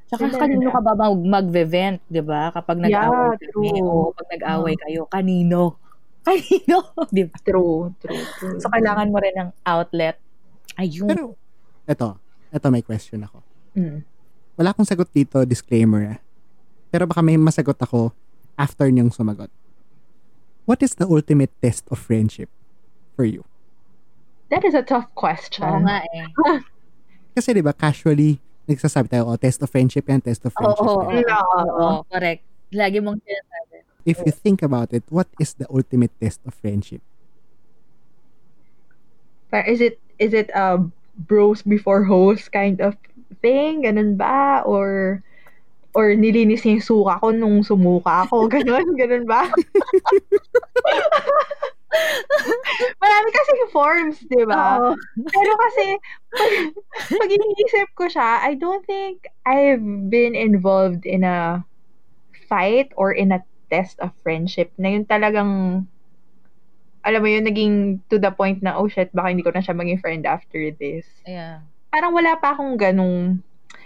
[SPEAKER 2] Tsaka
[SPEAKER 4] Sila
[SPEAKER 2] kanino
[SPEAKER 4] na.
[SPEAKER 2] ka ba mag- mag-vent, di ba? Kapag
[SPEAKER 4] Yeah,
[SPEAKER 2] nag-away kami,
[SPEAKER 4] true. Mm.
[SPEAKER 2] o pag nag-away kayo, kanino? (laughs) Kanino? di ba?
[SPEAKER 4] True, true, true.
[SPEAKER 2] So, kailangan mo rin ng outlet. Ayun.
[SPEAKER 3] Pero, eto, eto may question ako.
[SPEAKER 4] Mm.
[SPEAKER 3] Wala akong sagot dito, disclaimer ah. Pero baka may masagot ako after niyong sumagot. What is the ultimate test of friendship for you?
[SPEAKER 4] That is a tough
[SPEAKER 2] Oo
[SPEAKER 4] question.
[SPEAKER 2] nga eh.
[SPEAKER 3] Kasi di ba casually, nagsasabi tayo, oh, test of friendship yan, test
[SPEAKER 2] Oo,
[SPEAKER 3] of friendship.
[SPEAKER 2] oo, oo, oo,
[SPEAKER 3] yan."
[SPEAKER 4] Mm, Oo.
[SPEAKER 2] oo, correct. Lagi mong sinasabi.
[SPEAKER 3] if you think about it, what is the ultimate test of friendship?
[SPEAKER 4] But is it is it a bros before hoes kind of thing? Ganun ba? Or or nilinis
[SPEAKER 2] (laughs)
[SPEAKER 4] niya (laughs) yung suka ko nung sumuka ako? Ganun? Ganun ba? Marami kasing forms, di ba?
[SPEAKER 2] Oo.
[SPEAKER 4] Pero kasi, pag, pag iniisip ko siya, I don't think I've been involved in a fight or in a test of friendship na yun talagang, alam mo yun, naging to the point na, oh shit, baka hindi ko na siya maging friend after this.
[SPEAKER 2] Yeah.
[SPEAKER 4] Parang wala pa akong ganung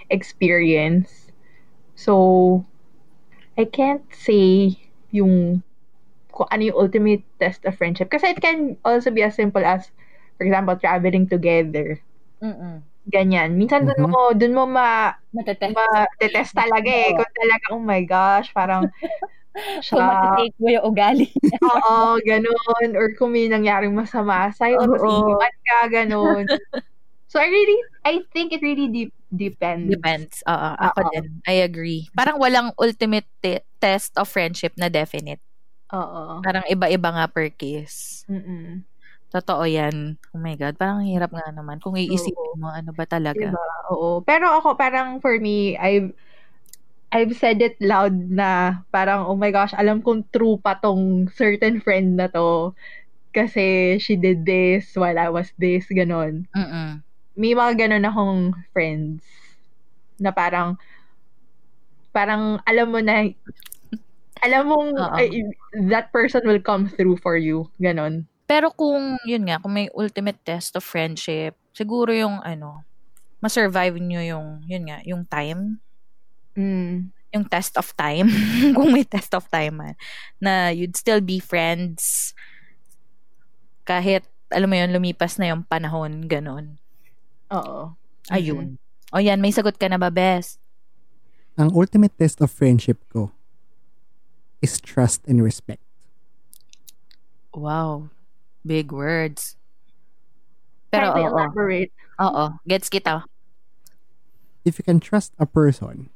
[SPEAKER 4] experience. So, I can't say yung kung ano yung ultimate test of friendship. Kasi it can also be as simple as, for example, traveling together.
[SPEAKER 2] Mm-mm.
[SPEAKER 4] Ganyan. Minsan dun
[SPEAKER 3] Mhm.
[SPEAKER 4] mo, dun mo ma,
[SPEAKER 2] Matetest.
[SPEAKER 4] Diba? ma-detest talaga eh. Kung talaga, oh my gosh, parang
[SPEAKER 2] Kung
[SPEAKER 4] siya,
[SPEAKER 2] matitake mo yung ugali.
[SPEAKER 4] oo, ganun. Or kung may nangyaring masama sa'yo, tapos
[SPEAKER 2] Oo.
[SPEAKER 4] iniwan ka, ganun. So, I really, I think it really de- depends.
[SPEAKER 2] Depends. Oo, ako
[SPEAKER 4] Mm. Oo.
[SPEAKER 2] din. I agree. Parang walang ultimate te- test of friendship na definite.
[SPEAKER 4] Oo.
[SPEAKER 2] Parang iba-iba nga per case.
[SPEAKER 4] Mm-mm.
[SPEAKER 2] Totoo yan. Oh my God, parang hirap nga naman. Kung iisipin
[SPEAKER 4] Oo.
[SPEAKER 2] mo, ano ba talaga?
[SPEAKER 4] Diba? Oo. Pero ako, parang for me, I've, I've said it loud na parang, oh my gosh, alam kong true pa tong certain friend na to. Kasi she did this while I was this, ganon.
[SPEAKER 2] Mm-mm.
[SPEAKER 4] May mga ganon akong friends na parang, parang alam mo na, alam mong
[SPEAKER 2] Oo.
[SPEAKER 4] ay, that person will come through for you, ganon.
[SPEAKER 2] Pero kung, yun nga, kung may ultimate test of friendship, siguro yung ano, masurvive nyo yung, yun nga, yung time,
[SPEAKER 4] Mm.
[SPEAKER 2] yung test of time, (laughs) kung may test of time man, na you'd still be friends kahit, alam mo yun, lumipas na yung panahon, ganun.
[SPEAKER 4] Oo.
[SPEAKER 2] Ayun. O yan, may sagot ka na ba, Bes?
[SPEAKER 3] Ang ultimate test of friendship ko is trust and respect.
[SPEAKER 2] Wow. Big words.
[SPEAKER 4] Pero,
[SPEAKER 2] Pero, oo.
[SPEAKER 4] elaborate.
[SPEAKER 2] Oo. Gets kita.
[SPEAKER 3] If you can trust a person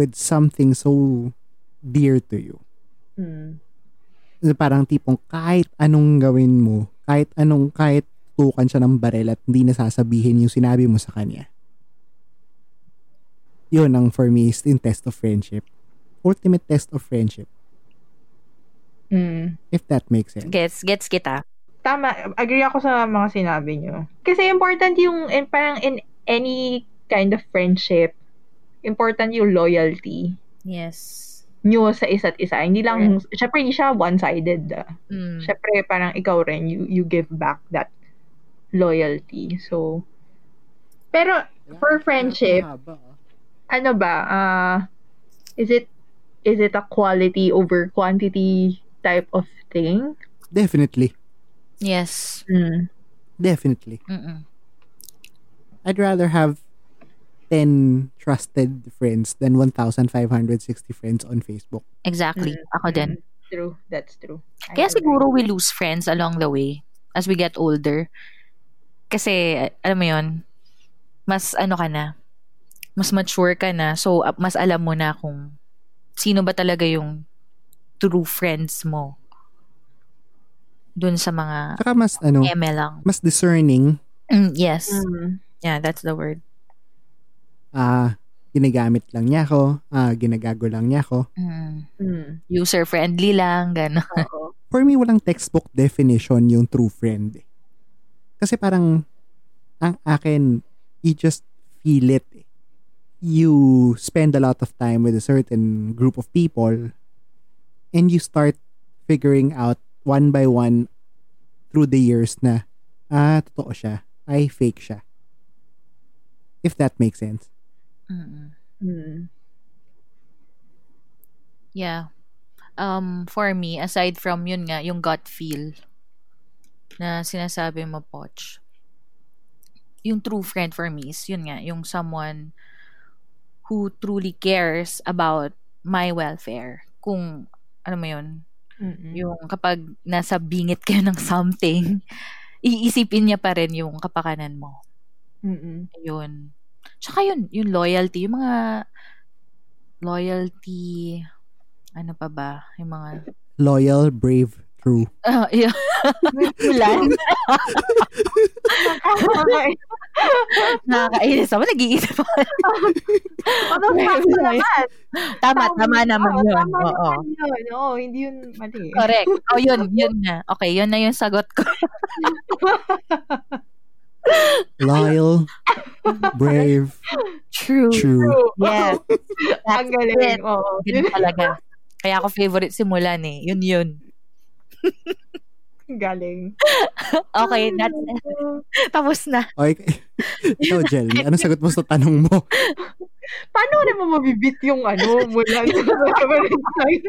[SPEAKER 3] with something so dear to you,
[SPEAKER 4] Mm.
[SPEAKER 3] na parang tipong kahit anong gawin mo, kahit anong, kahit tukan siya ng barel at hindi nasasabihin yung sinabi mo sa kanya. Yun ang for me is in test of friendship. Ultimate test of friendship,
[SPEAKER 4] Mm.
[SPEAKER 3] if that makes sense.
[SPEAKER 2] Gets, gets kita.
[SPEAKER 4] Tama, agree ako sa mga sinabi nyo. Kasi important yung, in, parang in any kind of friendship, important yung loyalty
[SPEAKER 2] Yes.
[SPEAKER 4] nyo sa isa't isa. Hindi lang, syempre hindi siya one-sided. ah.
[SPEAKER 2] Mm.
[SPEAKER 4] Syempre parang ikaw rin, you, you give back that loyalty. So, pero for friendship, ano ba, ah, is it, is it a quality over quantity type of thing?
[SPEAKER 3] Definitely.
[SPEAKER 2] Yes.
[SPEAKER 4] Mm.
[SPEAKER 3] Definitely.
[SPEAKER 2] Mm-mm.
[SPEAKER 3] I'd rather have 10 trusted friends than 1,560 friends on Facebook.
[SPEAKER 2] Exactly.
[SPEAKER 4] Mm.
[SPEAKER 2] Ako din.
[SPEAKER 4] True, that's true. I
[SPEAKER 2] Kaya
[SPEAKER 4] agree.
[SPEAKER 2] siguro we lose friends along the way as we get older. Kasi, alam mo yun, mas ano ka na, mas mature ka na. So, uh, mas alam mo na kung sino ba talaga yung true friends mo dun sa mga
[SPEAKER 3] Saka mas, ano,
[SPEAKER 2] eme lang.
[SPEAKER 3] mas discerning
[SPEAKER 2] Mm, yes.
[SPEAKER 4] Mm.
[SPEAKER 2] Yeah, that's the word.
[SPEAKER 3] ah ginagamit lang niya ako, ah ginagago lang niya ako.
[SPEAKER 2] Mm.
[SPEAKER 4] Mm.
[SPEAKER 2] User-friendly lang, gano'n.
[SPEAKER 4] Oo.
[SPEAKER 3] For me, walang textbook definition yung true friend. eh. Kasi parang, ang akin, you just feel it. eh. You spend a lot of time with a certain group of people and you start figuring out one by one through the years na, ah, totoo siya. Ay, fake siya. If that makes sense.
[SPEAKER 2] Mm.
[SPEAKER 4] Mm.
[SPEAKER 2] Yeah. Um, for me, aside from yun nga, yung gut feel na sinasabi mo, Poch, yung true friend for me is yun nga, yung someone who truly cares about my welfare. Kung, ano mo yun,
[SPEAKER 4] Mm-mm.
[SPEAKER 2] yung kapag nasa bingit kayo ng something, (laughs) iisipin niya pa rin yung kapakanan mo.
[SPEAKER 4] (laughs) Mm-mm.
[SPEAKER 2] Yun. Tsaka yun, yung loyalty, yung mga loyalty, ano pa ba, yung mga, (laughs)
[SPEAKER 3] Loyal, brave, true.
[SPEAKER 2] Ah, yun.
[SPEAKER 4] Ulan.
[SPEAKER 2] (laughs)
[SPEAKER 4] Nakakainis.
[SPEAKER 2] Nakakainis ako. Nag-iisip ako.
[SPEAKER 4] Although,
[SPEAKER 2] Right,
[SPEAKER 4] sakto
[SPEAKER 2] right.
[SPEAKER 4] naman.
[SPEAKER 2] Tama, tama naman
[SPEAKER 4] Oo,
[SPEAKER 2] yun.
[SPEAKER 4] Tama
[SPEAKER 2] Oo.
[SPEAKER 4] naman yun. Oo, hindi yun mali.
[SPEAKER 2] Correct. Oh, yun, yun na. Okay, yun na yung sagot ko. (laughs)
[SPEAKER 3] Loyal, brave,
[SPEAKER 2] True.
[SPEAKER 3] true.
[SPEAKER 4] True.
[SPEAKER 2] Yes.
[SPEAKER 4] Ang galing. Oo.
[SPEAKER 2] Yun talaga. Kaya ako favorite simulan eh. Yun yun.
[SPEAKER 4] Ang galing.
[SPEAKER 2] Okay,
[SPEAKER 4] Ah.
[SPEAKER 2] that's Tapos na.
[SPEAKER 3] Okay. (laughs) Ikaw, Jel, ano sagot mo sa tanong mo?
[SPEAKER 4] Paano rin mo mabibit yung ano mula sa (laughs) reference line?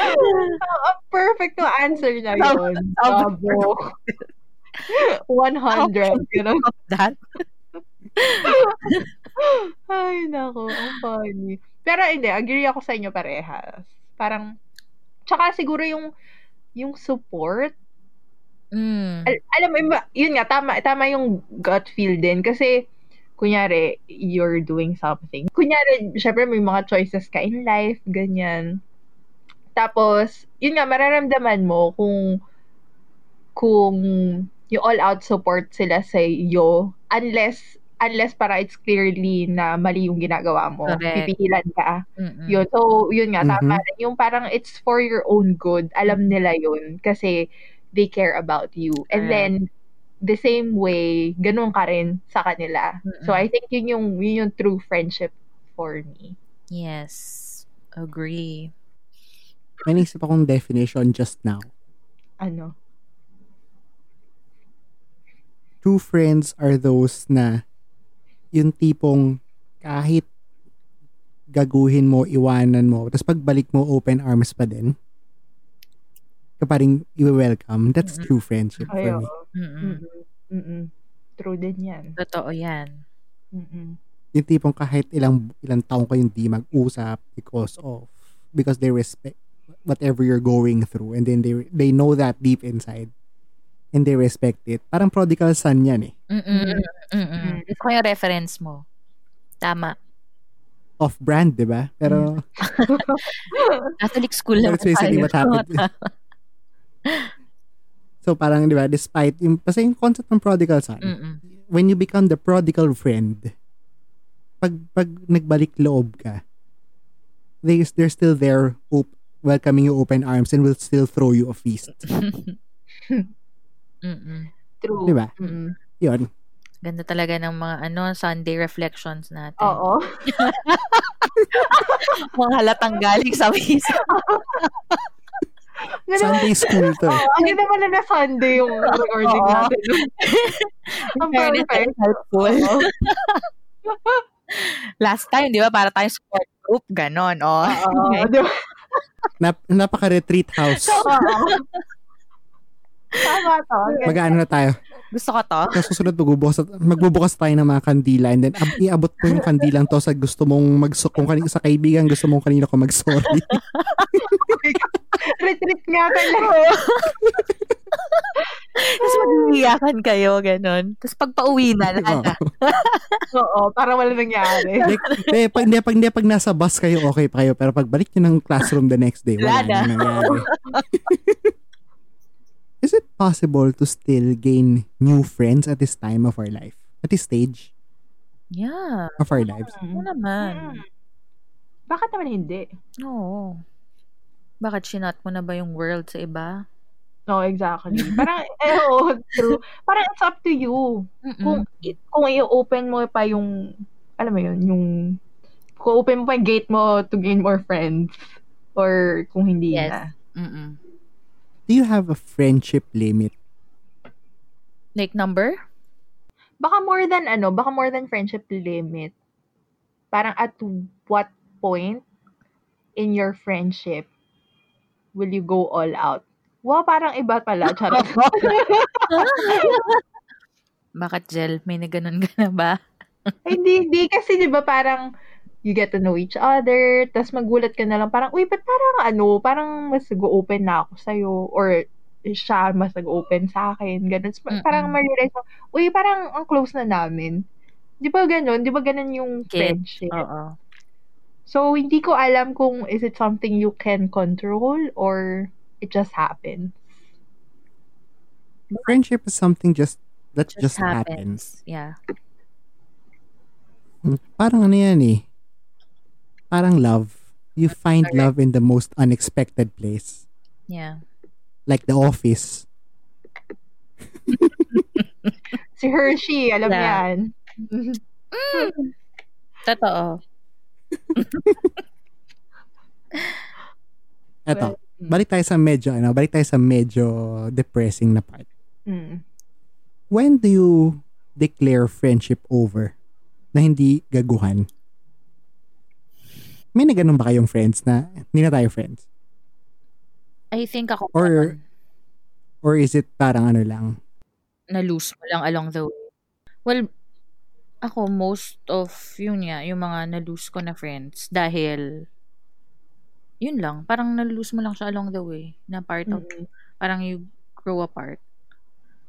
[SPEAKER 4] Ah, perfect na answer na yun.
[SPEAKER 2] Sobrang-
[SPEAKER 4] Bravo. (laughs) 100. Ganun.
[SPEAKER 2] Of that.
[SPEAKER 4] Ay, nako. Ang funny. Pero hindi, agree ako sa inyo parehas. Parang, tsaka siguro yung yung support.
[SPEAKER 2] Mm.
[SPEAKER 4] Al- alam mo, iba- yun nga, tama, tama yung gut feel din. Kasi, kunyari, you're doing something. Kunyari, syempre may mga choices ka in life, ganyan. Tapos, yun nga, mararamdaman mo kung kung yung all-out support sila sa iyo unless unless para it's clearly na mali yung ginagawa mo.
[SPEAKER 2] Correct.
[SPEAKER 4] Pipigilan ka.
[SPEAKER 2] Mm-mm.
[SPEAKER 4] Yun. So, yun nga, tama
[SPEAKER 3] Mhm.
[SPEAKER 4] rin. Yung parang it's for your own good. Alam nila yun kasi they care about you. And
[SPEAKER 2] Correct.
[SPEAKER 4] then, the same way, ganun ka rin sa kanila.
[SPEAKER 2] Mm-mm.
[SPEAKER 4] So, I think yun yung, yun yung true friendship for me.
[SPEAKER 2] Yes. Agree.
[SPEAKER 3] May naisip akong definition just now.
[SPEAKER 4] Ano?
[SPEAKER 3] True friends are those na yung tipong kahit gaguhin mo, iwanan mo, tapos pagbalik mo, open arms pa din. Kaparing i-welcome. That's
[SPEAKER 2] Mhm.
[SPEAKER 3] true friendship for
[SPEAKER 4] Ayo.
[SPEAKER 3] me.
[SPEAKER 2] Mm-mm.
[SPEAKER 4] Mm-mm. Mm-mm. True din yan.
[SPEAKER 2] Mm, Totoo yan. (laughs)
[SPEAKER 4] Mm-mm.
[SPEAKER 3] Yung tipong kahit ilang ilang taong kayong di mag-usap because of because they respect whatever you're going through and then they they know that deep inside and they respect it. Parang prodigal son yan eh.
[SPEAKER 2] Mm-mm. Mm-mm.
[SPEAKER 4] Mm.
[SPEAKER 2] Gusto ko yung reference mo. Tama.
[SPEAKER 3] Off-brand, di ba? Pero
[SPEAKER 2] Catholic school
[SPEAKER 3] Pero (laughs)
[SPEAKER 2] lang.
[SPEAKER 3] it's basically what happened. (laughs) so parang, di ba, despite, yung, kasi yung concept ng prodigal son,
[SPEAKER 2] Mm-mm.
[SPEAKER 3] when you become the prodigal friend, pag, pag nagbalik loob ka, they, they're still there op- welcoming you open arms and will still throw you a feast.
[SPEAKER 2] Mm-mm.
[SPEAKER 4] True.
[SPEAKER 3] Di ba?
[SPEAKER 4] Mm-mm.
[SPEAKER 3] Diba? Yun.
[SPEAKER 2] Ganda talaga ng mga ano Sunday reflections natin. (laughs)
[SPEAKER 4] Oo.
[SPEAKER 2] Mga halatang galing sa misa. (laughs)
[SPEAKER 4] Ganun-
[SPEAKER 3] Sunday school to. eh.
[SPEAKER 4] Oo, ang ganda pala na Sunday yung
[SPEAKER 2] (laughs)
[SPEAKER 4] recording
[SPEAKER 2] Oo. (laughs)
[SPEAKER 4] natin. ang
[SPEAKER 2] Fairness
[SPEAKER 4] perfect.
[SPEAKER 2] (laughs) and helpful.
[SPEAKER 4] Oo.
[SPEAKER 2] Last time, di ba? Para tayong support group. Ganon, oh.
[SPEAKER 4] Oo,
[SPEAKER 2] Okay.
[SPEAKER 4] di ba?
[SPEAKER 3] Nap- napaka-retreat house.
[SPEAKER 4] Oo. Tama to. Ang ganda.
[SPEAKER 3] Mag-ano na tayo.
[SPEAKER 2] Gusto ko (laughs) to.
[SPEAKER 3] Tapos susunod, magbubukas, magbubukas tayo ng mga kandila and then ab- iabot po yung kandilang to sa gusto mong magso kung kanina sa kaibigan gusto mong kanina ko mag-sorry.
[SPEAKER 4] Retreat nga pala.
[SPEAKER 2] (laughs) Tapos mag-iiyakan kayo, ganon. Tapos pag pauwi na,
[SPEAKER 3] Oo.
[SPEAKER 2] lahat.
[SPEAKER 4] Oo, para wala nangyari.
[SPEAKER 3] like, eh, pag, hindi, pag, hindi, pag nasa bus kayo, okay pa kayo. Pero pagbalik nyo ng classroom the next day,
[SPEAKER 2] Wala
[SPEAKER 3] wala
[SPEAKER 2] na.
[SPEAKER 3] na (laughs) nangyari. Is it possible to still gain new friends at this time of our life? At this stage
[SPEAKER 2] Yeah.
[SPEAKER 3] of our lives?
[SPEAKER 2] Ano naman?
[SPEAKER 4] Mm. Bakit naman hindi?
[SPEAKER 2] Oo. Bakit sinat mo na ba yung world sa iba?
[SPEAKER 4] No, exactly. Parang, eh, oo, true. Parang it's up to you. Kung,
[SPEAKER 2] Mm-mm.
[SPEAKER 4] i- kung i-open mo pa yung, alam mo yun, yung, kung open mo pa yung gate mo to gain more friends. Or kung hindi
[SPEAKER 2] Yes.
[SPEAKER 4] na.
[SPEAKER 2] Mm-mm.
[SPEAKER 3] Do you have a friendship limit?
[SPEAKER 2] Like number?
[SPEAKER 4] Baka more than, ano, baka more than friendship limit. Parang at what point in your friendship will you go all out? Wow, parang iba pala. Charot.
[SPEAKER 2] Bakit, Jel? May na ganun ka na ba?
[SPEAKER 4] Ay, Hindi, hindi kasi 'di ba parang you get to know each other, tas magulat ka na lang parang uy, ba't parang ano, parang mas nag-open na ako sa or siya mas nag-open sa akin, ganun. So,
[SPEAKER 2] Mm-mm.
[SPEAKER 4] Parang ma-realize mo, uy, parang ang close na namin. 'Di ba ganun? 'Di ba ganun yung
[SPEAKER 2] Okay.
[SPEAKER 4] friendship?
[SPEAKER 2] Oo.
[SPEAKER 4] So hindi ko alam kung is it something you can control or it just happens.
[SPEAKER 3] friendship is something just that just,
[SPEAKER 2] Just,
[SPEAKER 3] happens.
[SPEAKER 2] happens. Yeah.
[SPEAKER 3] Parang ano yan eh. Parang love. You find
[SPEAKER 2] Correct.
[SPEAKER 3] love in the most unexpected place.
[SPEAKER 2] Yeah.
[SPEAKER 3] Like the office.
[SPEAKER 4] Si
[SPEAKER 2] (laughs)
[SPEAKER 4] Hershey, alam
[SPEAKER 2] Yeah.
[SPEAKER 4] niyan.
[SPEAKER 2] Mm. Totoo.
[SPEAKER 3] Eto,
[SPEAKER 4] Well,
[SPEAKER 3] balik tayo sa medyo, ano, balik tayo sa medyo depressing na part.
[SPEAKER 4] mm.
[SPEAKER 3] When do you declare friendship over na hindi gaguhan? May naganon ba kayong friends na hindi na tayo friends?
[SPEAKER 2] I think ako
[SPEAKER 3] Or- Or is it parang ano lang?
[SPEAKER 2] na lose mo lang along the way. Well, ako most of yun nga, yung mga na lose ko na friends dahil yun lang, parang na lose mo lang siya along the way na part of
[SPEAKER 4] Mm.
[SPEAKER 2] parang you grow apart.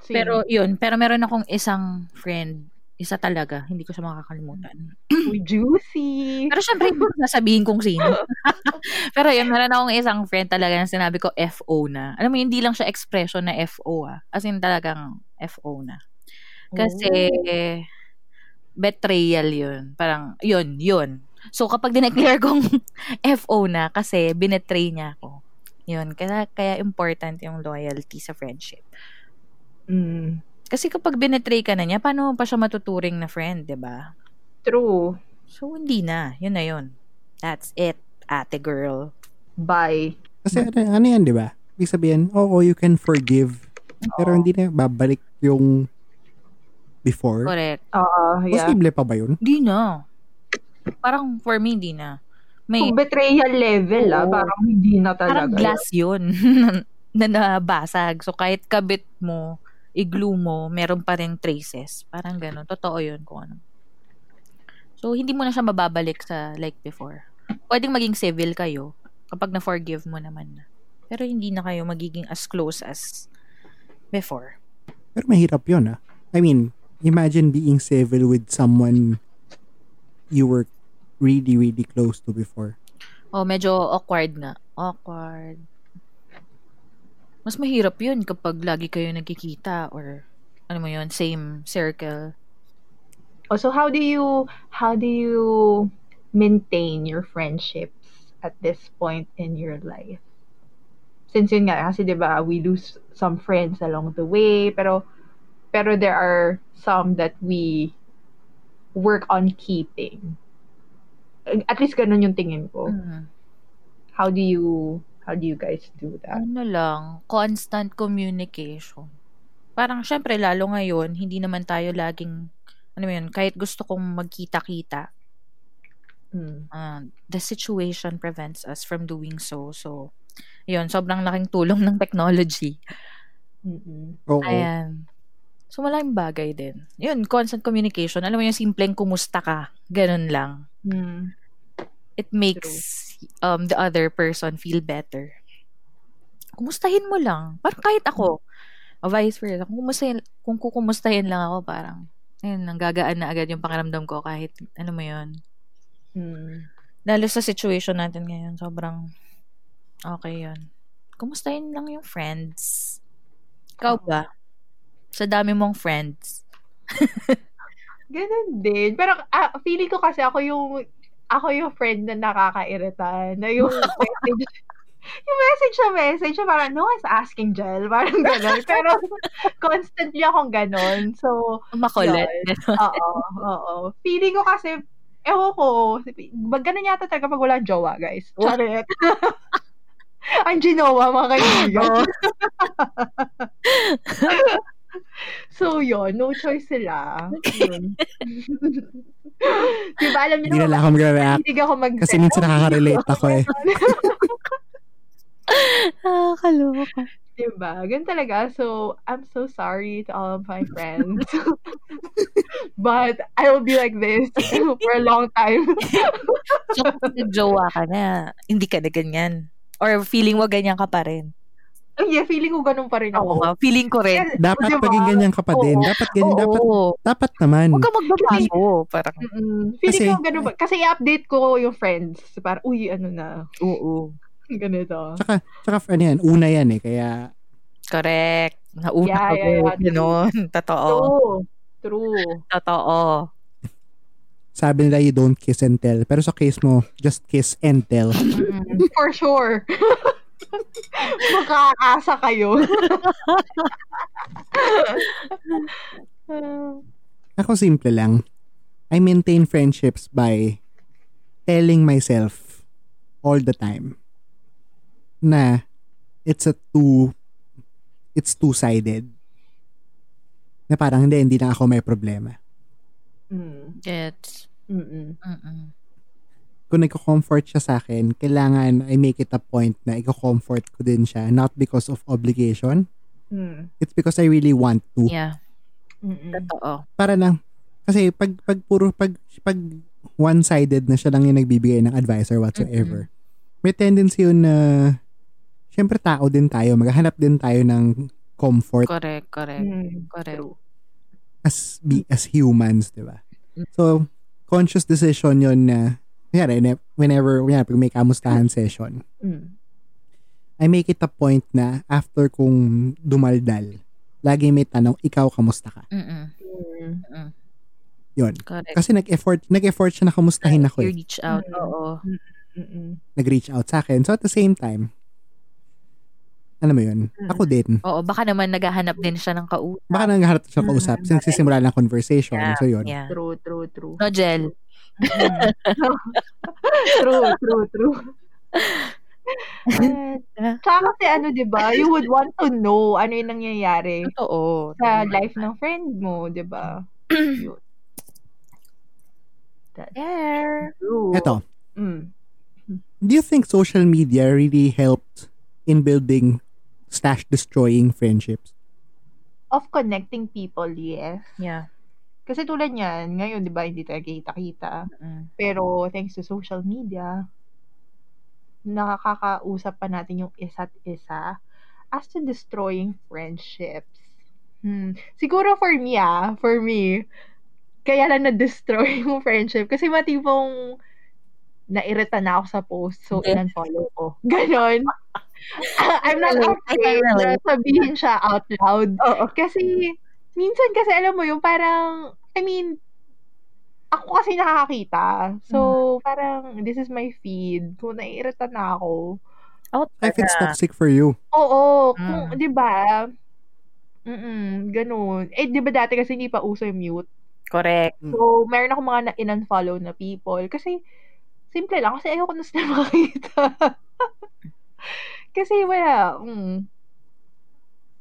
[SPEAKER 4] Same.
[SPEAKER 2] Pero yun, pero meron akong isang friend, isa talaga, hindi ko siya makakalimutan.
[SPEAKER 4] Uy, juicy.
[SPEAKER 2] Pero syempre, hindi ko nasabihin kung sino. (laughs) pero yun, meron akong isang friend talaga na sinabi ko FO na. Alam mo, yun, hindi lang siya expression na FO ah. As in talagang FO na. Kasi, betrayal yun. Parang, yun, yun. So, kapag dineclare kong (laughs) FO na, kasi binetray niya ako. Yun, kaya, kaya important yung loyalty sa friendship.
[SPEAKER 4] Mm.
[SPEAKER 2] Kasi kapag binetray ka na niya, paano pa siya matuturing na friend, 'di ba?
[SPEAKER 4] True.
[SPEAKER 2] So, hindi na. Yun na yun. That's it, ate girl.
[SPEAKER 4] Bye.
[SPEAKER 3] Kasi ano, ano yan, di ba? Ibig sabihin, oo, you can forgive. Pero hindi na babalik yung before.
[SPEAKER 2] Correct.
[SPEAKER 4] Oo, Ah, yeah.
[SPEAKER 3] Posible pa ba yun?
[SPEAKER 2] Hindi na. Parang for me, hindi na. May,
[SPEAKER 4] Kung betrayal level, ah,
[SPEAKER 2] Oo.
[SPEAKER 4] parang hindi na Oh, talaga.
[SPEAKER 2] Parang glass yun (laughs) na nabasag. So, kahit kabit mo, i-glue mo, meron pa rin traces. Parang ganun. Totoo yun kung ano. So, hindi mo na siya mababalik sa like before. Pwedeng maging civil kayo kapag na-forgive mo naman na. Pero hindi na kayo magiging as close as before.
[SPEAKER 3] Pero mahirap yun, ah. I mean, imagine being civil with someone you were really, really close to before.
[SPEAKER 2] O, Oh, medyo awkward nga. Awkward. Mas mahirap yun kapag lagi kayo nagkikita or ano mo yun, same circle.
[SPEAKER 4] Oh, so how do you how do you maintain your friendships at this point in your life? Since yun nga kasi 'di ba we lose some friends along the way pero pero there are some that we work on keeping. At least ganun yung tingin ko.
[SPEAKER 2] Mhm.
[SPEAKER 4] How do you how do you guys do that?
[SPEAKER 2] ano lang, constant communication. Parang syempre lalo ngayon, hindi naman tayo laging ano mo yun, kahit gusto kong magkita-kita,
[SPEAKER 4] Mm.
[SPEAKER 2] uh, the situation prevents us from doing so. So, yun, sobrang laking tulong ng technology.
[SPEAKER 4] Mm-mm.
[SPEAKER 3] Oo.
[SPEAKER 2] Ayan. So, malaking bagay din. Yun, constant communication. Alam mo yung simpleng kumusta ka, ganun lang.
[SPEAKER 4] Mm.
[SPEAKER 2] It makes um, the other person feel better. Kumustahin mo lang. Parang kahit ako, O vice versa. Kung, kumustahin, kung kukumustahin lang ako, parang, ayun, nanggagaan na agad yung pakiramdam ko kahit, ano mo yun.
[SPEAKER 4] Mm.
[SPEAKER 2] Lalo sa situation natin ngayon, sobrang okay yun. Kumustahin lang yung friends. Ikaw ba? Sa dami mong friends.
[SPEAKER 4] Ganun din. Pero ah, feeling ko kasi ako yung ako yung friend na nakakairita na yung message yung message na message na parang no one's asking Jel parang ganun pero constantly akong ganun so
[SPEAKER 2] Makulit. (laughs)
[SPEAKER 4] oo oo feeling ko kasi ewan ko mag ganun yata talaga pag walang jowa guys
[SPEAKER 3] (laughs)
[SPEAKER 4] Charit ang ginawa mga kaibigan
[SPEAKER 2] Oo.
[SPEAKER 4] (laughs) so yun no choice sila yun (laughs) diba alam niyo
[SPEAKER 3] Hindi na
[SPEAKER 4] naman,
[SPEAKER 3] lang ako mag-react.
[SPEAKER 4] hindi ako mag
[SPEAKER 3] Kasi minsan
[SPEAKER 2] (laughs)
[SPEAKER 3] nakaka-relate ako eh.
[SPEAKER 2] Nakakaloka.
[SPEAKER 4] (laughs) Diba? Ganun talaga. So, I'm so sorry to all of my
[SPEAKER 3] (laughs)
[SPEAKER 4] friends. But I will be like this (laughs) for a long time.
[SPEAKER 2] So, kung nag-jowa ka na, hindi ka na ganyan. Or feeling mo ganyan ka pa rin.
[SPEAKER 4] Ay, yeah, feeling ko ganun pa rin
[SPEAKER 2] Oo
[SPEAKER 4] ako.
[SPEAKER 2] nga, feeling ko rin.
[SPEAKER 4] Yes,
[SPEAKER 3] Dapat
[SPEAKER 4] diba?
[SPEAKER 3] paging ganyan ka pa din. Dapat ganyan. Dapat,
[SPEAKER 2] Oo.
[SPEAKER 3] dapat naman.
[SPEAKER 2] Huwag ka magbabago. Parang,
[SPEAKER 4] Mm-mm. Feeling
[SPEAKER 3] Kasi-
[SPEAKER 4] ko ganun pa. Kasi i-update ko yung friends. Para, uy, ano na. (laughs)
[SPEAKER 2] oo.
[SPEAKER 4] Ganito.
[SPEAKER 3] Tsaka, tsaka ano yan, una yan eh. Kaya
[SPEAKER 2] Correct. Nauna
[SPEAKER 4] Yeah,
[SPEAKER 2] ako.
[SPEAKER 4] yeah, yeah.
[SPEAKER 2] Ganun. (laughs) Totoo.
[SPEAKER 4] True. True.
[SPEAKER 2] Totoo.
[SPEAKER 3] Sabi nila you don't kiss and tell. Pero sa case mo, just kiss and tell.
[SPEAKER 2] Mm-mm.
[SPEAKER 4] For sure. (laughs) Magkakaasa kayo. (laughs) Mm,
[SPEAKER 3] Ako simple lang. I maintain friendships by telling myself all the time na it's a two it's two-sided. Na parang hindi, hindi na ako may problema.
[SPEAKER 4] Mm,
[SPEAKER 2] Gets.
[SPEAKER 4] mm-mm.
[SPEAKER 2] Mm-mm.
[SPEAKER 3] Kung nagko-comfort siya sa akin, kailangan I make it a point na i-comfort ko din siya not because of obligation.
[SPEAKER 4] Mm,
[SPEAKER 3] It's because I really want to.
[SPEAKER 2] Yeah.
[SPEAKER 4] mm-mm.
[SPEAKER 2] Totoo.
[SPEAKER 3] Para lang kasi pag pag puro pag pag one-sided na siya lang yung nagbibigay ng advice or whatsoever. May tendency yun na syempre tao din tayo, maghahanap din tayo ng comfort
[SPEAKER 2] Correct, correct.
[SPEAKER 4] Mm,
[SPEAKER 2] Correct.
[SPEAKER 4] true.
[SPEAKER 3] as be as humans, 'di ba? So conscious decision yun na kunyari, ne- whenever kunyari, pag may kamustahan session,
[SPEAKER 4] Mm,
[SPEAKER 3] I make it a point na after kung dumaldal, lagi may tanong, ikaw kamusta ka?
[SPEAKER 2] Mm-mm.
[SPEAKER 4] mm,
[SPEAKER 3] Yun.
[SPEAKER 2] Correct.
[SPEAKER 3] Kasi nag-effort, nag-effort siya na kamustahin ako eh.
[SPEAKER 2] You reach out.
[SPEAKER 4] Mm.
[SPEAKER 2] Oo.
[SPEAKER 4] mm-mm.
[SPEAKER 3] nag-reach out sa akin. So at the same time, alam mo yun,
[SPEAKER 4] Mm.
[SPEAKER 3] ako din.
[SPEAKER 2] Oo, baka naman naghahanap din siya ng kausap.
[SPEAKER 3] Baka nangharap siya
[SPEAKER 4] Mm,
[SPEAKER 3] kausap since sisimula ng conversation. So yun.
[SPEAKER 2] Yeah.
[SPEAKER 4] True, true, true.
[SPEAKER 2] No, Jel?
[SPEAKER 4] Mm. true, true, true. Eh, Tsaka kasi ano, di ba, you would want to know ano yung nangyayari
[SPEAKER 2] Totoo.
[SPEAKER 4] sa life ng friend mo, di ba? Yun.
[SPEAKER 2] There.
[SPEAKER 4] True.
[SPEAKER 3] Eto,
[SPEAKER 4] Mm.
[SPEAKER 3] do you think social media really helped in building slash destroying friendships?
[SPEAKER 4] Of connecting people, yes.
[SPEAKER 2] Yeah.
[SPEAKER 4] Kasi tulad niyan, ngayon, di ba, hindi tayo kita-kita.
[SPEAKER 2] Mm.
[SPEAKER 4] Pero thanks to social media, nakakausap pa natin yung isa't isa as to destroying friendships. Hmm. Siguro for me ah, for me, kaya lang na-destroy (laughs) yung friendship kasi matibong nairita na ako sa post so
[SPEAKER 2] Okay.
[SPEAKER 4] in-unfollow ko. (laughs) Ganon. I'm not
[SPEAKER 2] relate. I can
[SPEAKER 4] afraid na
[SPEAKER 2] relate.
[SPEAKER 4] sabihin siya out loud.
[SPEAKER 2] Oo.
[SPEAKER 4] Kasi, minsan kasi alam mo yung parang, I mean, ako kasi nakakakita.
[SPEAKER 2] Hmm.
[SPEAKER 4] So, parang, this is my feed. Kung naiirita na ako.
[SPEAKER 2] Out
[SPEAKER 3] If it's toxic for you,
[SPEAKER 4] Oo,
[SPEAKER 2] Mm.
[SPEAKER 4] kung, di ba? Mm-mm, ganun. Eh, di ba dati kasi hindi pa uso yung mute?
[SPEAKER 2] Correct.
[SPEAKER 4] So, meron ako mga na- in-unfollow na people. Kasi, simple lang. Kasi ayoko na sila (laughs) makita. kasi, wala. Mm,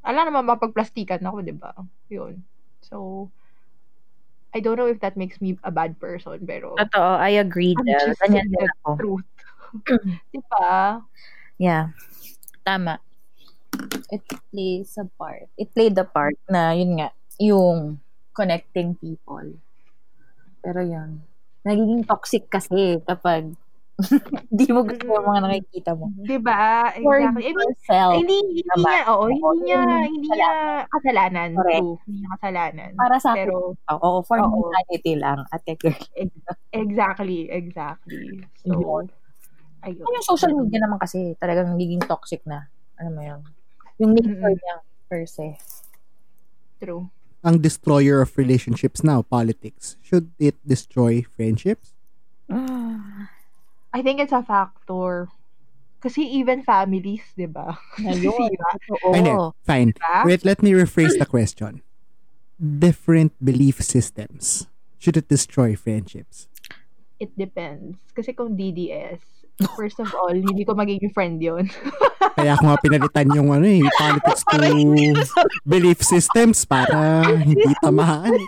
[SPEAKER 4] alam naman, mapagplastikan ako, di ba? Yun. So, I don't know if that makes me a bad person, pero
[SPEAKER 2] Totoo. I agree,
[SPEAKER 4] I'm
[SPEAKER 2] Jel.
[SPEAKER 4] just
[SPEAKER 2] Ganyan
[SPEAKER 4] saying
[SPEAKER 2] din
[SPEAKER 4] the
[SPEAKER 2] ako.
[SPEAKER 4] truth. di ba?
[SPEAKER 2] Yeah. Tama. It plays a part. It played the part na, yun nga, yung connecting people. Pero yun, nagiging toxic kasi kapag (laughs) di mo gusto yung mga nakikita mo.
[SPEAKER 4] Di ba?
[SPEAKER 2] For
[SPEAKER 4] Mm-hmm. Exactly. Eh, I mean,
[SPEAKER 2] yourself.
[SPEAKER 4] hindi, hindi
[SPEAKER 2] Tama.
[SPEAKER 4] niya, oo, hindi
[SPEAKER 2] Oo,
[SPEAKER 4] niya,
[SPEAKER 2] yun yung
[SPEAKER 4] hindi niya kasalanan.
[SPEAKER 2] Correct.
[SPEAKER 4] True. Hindi niya kasalanan.
[SPEAKER 2] Para sa akin,
[SPEAKER 4] Pero,
[SPEAKER 2] oo, for
[SPEAKER 4] Oo.
[SPEAKER 2] humanity lang, ate girl.
[SPEAKER 4] Exactly, exactly. So,
[SPEAKER 2] Yun. Ano
[SPEAKER 4] ayun.
[SPEAKER 2] Yung social media naman kasi, talagang nagiging toxic na. Ano mo yun? Yung nature
[SPEAKER 4] Mm-mm.
[SPEAKER 2] niya, per se.
[SPEAKER 4] True.
[SPEAKER 3] ang destroyer of relationships now, politics, should it destroy friendships?
[SPEAKER 4] Ah. I think it's a factor. Kasi even families, di ba? (laughs)
[SPEAKER 2] Ngayon,
[SPEAKER 4] Sisira,
[SPEAKER 2] totoo.
[SPEAKER 3] Ay, hindi. Fine.
[SPEAKER 4] di ba?
[SPEAKER 3] Wait, let me rephrase the question. Different belief systems, should it destroy friendships?
[SPEAKER 4] It depends. Kasi kung DDS, first of all, hindi ko magiging friend
[SPEAKER 2] (laughs)
[SPEAKER 4] yon
[SPEAKER 3] Kaya ako nga pinalitan yung ano eh, politics to belief systems para hindi tamaan. eh.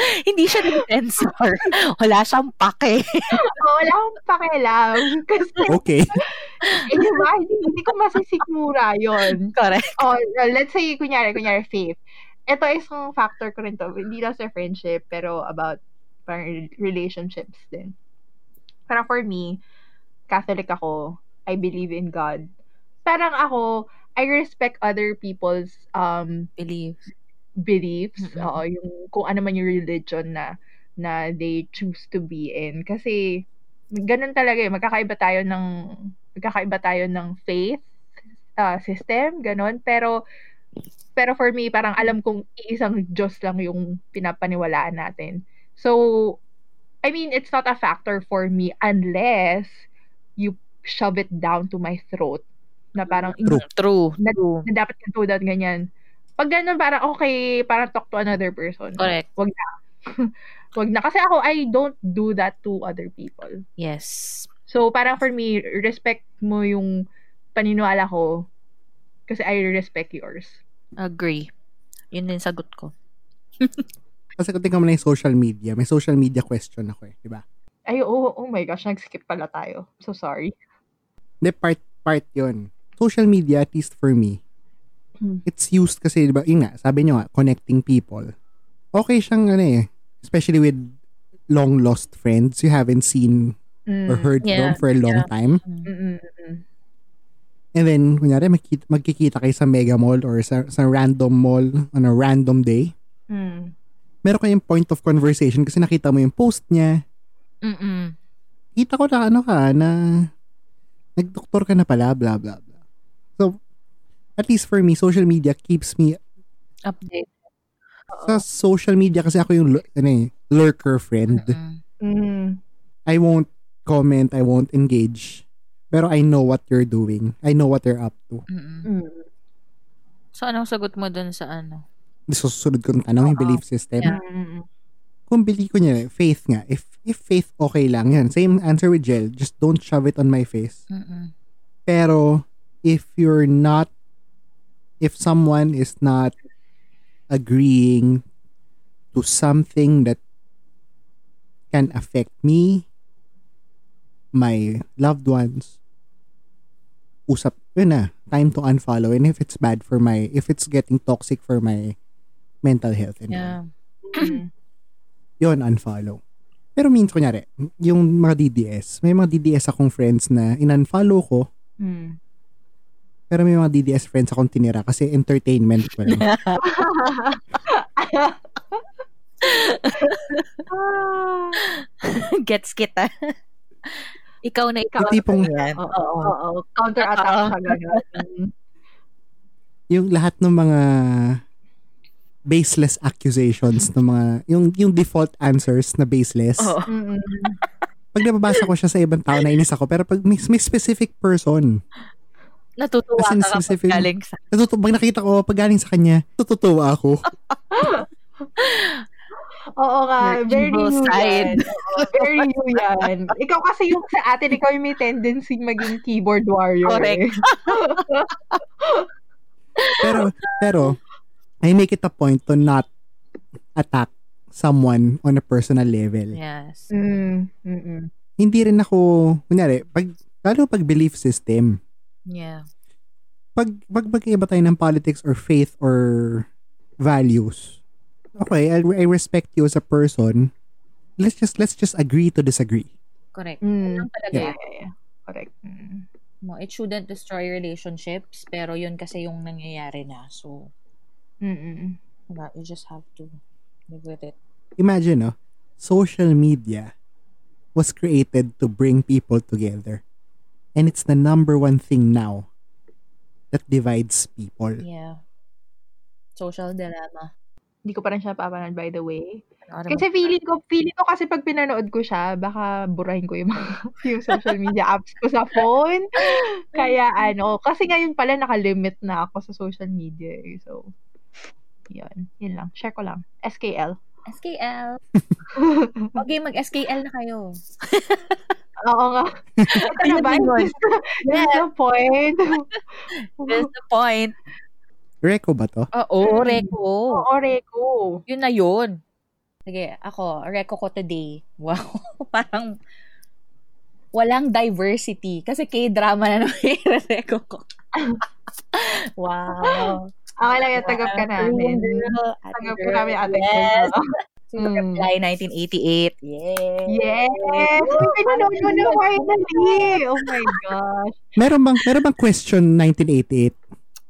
[SPEAKER 2] Hindi siya defensor. Wala siyang pake.
[SPEAKER 4] Oo, (laughs) wala akong pakialam. Kasi,
[SPEAKER 3] Okay.
[SPEAKER 4] eh, di ba? Hindi, hindi ko masisikmura yon
[SPEAKER 2] Correct.
[SPEAKER 4] Oh, let's say, kunyari, kunyari, faith. Ito isang factor ko rin to. Hindi lang sa friendship, pero about parang relationships din. Parang for me, Catholic ako. I believe in God. Parang ako, I respect other people's um,
[SPEAKER 2] Believe.
[SPEAKER 4] beliefs,
[SPEAKER 2] Mm-mm.
[SPEAKER 4] oo, yung kung ano man yung religion na na they choose to be in kasi ganun talaga eh magkakaiba tayo ng magkakaiba tayo ng faith ah, system, ganun. Pero, pero for me, parang alam kong isang Diyos lang yung pinapaniwalaan natin. So, I mean, it's not a factor for me unless you shove it down to my throat na parang
[SPEAKER 3] True.
[SPEAKER 2] True.
[SPEAKER 4] Na-
[SPEAKER 2] True.
[SPEAKER 4] na dapat ganito dapat ganyan. Pag ganun, parang okay, parang talk to another person.
[SPEAKER 2] Correct.
[SPEAKER 4] Wag na. Wag na. Kasi ako, I don't do that to other people.
[SPEAKER 2] Yes.
[SPEAKER 4] So, parang for me, respect mo yung paniniwala ko kasi I respect yours.
[SPEAKER 2] Agree. Yun din sagot ko.
[SPEAKER 3] Kasi kung tingnan mo na yung social media, may social media question ako eh, di ba?
[SPEAKER 4] Ay, oh, oh my gosh, nag-skip pala tayo. So sorry.
[SPEAKER 3] Hindi, part, part yon Social media, at least for me,
[SPEAKER 4] Hmm.
[SPEAKER 3] it's used kasi, di ba, yun nga, sabi nyo nga, connecting people. Okay siyang, ano eh, especially with long-lost friends you haven't seen
[SPEAKER 4] Mm.
[SPEAKER 3] or (laughs) heard
[SPEAKER 2] Yeah,
[SPEAKER 3] from for a long time.
[SPEAKER 4] Mm-mm, mm-mm.
[SPEAKER 3] And then, kunyari, magkita, magkikita kayo sa mega mall or sa, sa random mall on a random day.
[SPEAKER 4] Mm.
[SPEAKER 3] Meron kayong point of conversation kasi nakita mo yung post niya.
[SPEAKER 2] Mm-mm.
[SPEAKER 3] Kita ko na ano ka, na nagdoktor ka na pala, blah, blah, blah. So, at least for me, social media keeps me
[SPEAKER 2] Update.
[SPEAKER 3] sa social media kasi ako yung lu- ano eh, lurker friend.
[SPEAKER 2] Mm-mm.
[SPEAKER 4] Mm.
[SPEAKER 3] I won't comment, I won't engage. Pero I know what you're doing. I know what you're up to.
[SPEAKER 2] Mm-mm.
[SPEAKER 4] Mm.
[SPEAKER 2] So, anong sagot mo dun sa ano?
[SPEAKER 3] Di susunod ko ng tanong, yung belief system.
[SPEAKER 2] Yeah.
[SPEAKER 4] Mm.
[SPEAKER 3] Kung bili ko niya, faith nga. If if faith, okay lang yan. Same answer with Jel. Just don't shove it on my face.
[SPEAKER 2] Mm-mm.
[SPEAKER 3] Pero, if you're not, if someone is not agreeing to something that can affect me, my loved ones, usap, yun na, time to unfollow. And if it's bad for my, if it's getting toxic for my mental health, and
[SPEAKER 2] Yeah.
[SPEAKER 4] Mm.
[SPEAKER 3] yun, unfollow. Pero means, kunyari, yung mga DDS, may mga DDS akong friends na in-unfollow ko,
[SPEAKER 2] (laughs)
[SPEAKER 4] Mm. (laughs)
[SPEAKER 3] pero may mga DDS friends akong tinira kasi entertainment
[SPEAKER 2] (laughs)
[SPEAKER 3] ko lang.
[SPEAKER 4] (laughs) Ah.
[SPEAKER 2] Gets kita. Ikaw na ikaw.
[SPEAKER 3] Yung tipong-
[SPEAKER 2] Yan.
[SPEAKER 4] Oo,
[SPEAKER 2] Oo.
[SPEAKER 4] oo, oo. Oh, Counter-attack
[SPEAKER 2] Oo.
[SPEAKER 4] ka ganun.
[SPEAKER 3] yung lahat ng mga baseless accusations ng mga yung yung default answers na baseless.
[SPEAKER 2] Oo.
[SPEAKER 4] Mm.
[SPEAKER 3] Pag nababasa ko siya sa ibang tao nainis ako pero pag may, may specific person,
[SPEAKER 2] Natutuwa ka
[SPEAKER 3] As in
[SPEAKER 2] kapag
[SPEAKER 3] specific-
[SPEAKER 2] galing sa...
[SPEAKER 3] natutu pag nakita ko pag galing sa kanya, tututuwa ako.
[SPEAKER 4] Oo ka.
[SPEAKER 2] Your
[SPEAKER 4] Very
[SPEAKER 2] evil
[SPEAKER 4] you
[SPEAKER 2] side.
[SPEAKER 4] yan. (laughs) Oo, Very you yan. Ikaw kasi yung sa atin, ikaw yung may tendency maging keyboard warrior. eh.
[SPEAKER 2] Correct.
[SPEAKER 3] Pero pero I make it a point to not attack someone on a personal level.
[SPEAKER 2] Yes.
[SPEAKER 4] Eh. (laughs) Mm. Mm-mm.
[SPEAKER 3] Hindi rin ako kunyari pag lalo pag belief system.
[SPEAKER 2] Yeah.
[SPEAKER 3] pag, pag magkaiba tayo ng politics or faith or values, okay, I, I respect you as a person. Let's just let's just agree to disagree.
[SPEAKER 2] Correct.
[SPEAKER 4] Mm.
[SPEAKER 2] Yun talaga
[SPEAKER 4] Yeah,
[SPEAKER 2] yun
[SPEAKER 4] yeah, yeah. Correct. Mm.
[SPEAKER 2] mo. It shouldn't destroy relationships, pero yun kasi yung nangyayari na. So,
[SPEAKER 4] Mm-mm.
[SPEAKER 2] diba, you just have to live with it.
[SPEAKER 3] Imagine, no? Social media was created to bring people together. And it's the number one thing now that divides people.
[SPEAKER 2] Yeah. Social dilemma.
[SPEAKER 4] Hindi ko pa rin siya papanood by the way.
[SPEAKER 2] Ano
[SPEAKER 4] Kasi feeling ko, feeling ko kasi pag pinanood ko siya, baka burahin ko yung mga (laughs) yung social media apps ko sa phone. Kaya ano, kasi ngayon pala nakalimit na ako sa social media. eh. So, yun. Yun lang. Share ko lang. SKL. (laughs)
[SPEAKER 2] SKL. Okay, mag-SKL na kayo.
[SPEAKER 4] Oo (laughs) nga. Ito na ba?
[SPEAKER 2] Ayun
[SPEAKER 4] (laughs)
[SPEAKER 2] yun.
[SPEAKER 4] Is this- is this the (laughs) point?
[SPEAKER 2] That's the point.
[SPEAKER 3] Reco ba to?
[SPEAKER 2] Ah,
[SPEAKER 4] Mm-hmm.
[SPEAKER 2] Oo, Reko.
[SPEAKER 4] Oo, Reko.
[SPEAKER 2] Yun na yun. Sige, ako, Reko ko today. Wow. (laughs) Parang walang diversity. Kasi K-drama na naman (laughs) yung Reko
[SPEAKER 4] (laughs)
[SPEAKER 2] ko. wow.
[SPEAKER 4] Okay lang yan. Tagap ka namin. Tagap ka namin, ate.
[SPEAKER 2] Yes.
[SPEAKER 4] Mm.
[SPEAKER 2] July 1988. Yay!
[SPEAKER 4] Yes! Uy, pinanood ko na finally! Oh my gosh.
[SPEAKER 3] Meron bang, meron bang question 1988?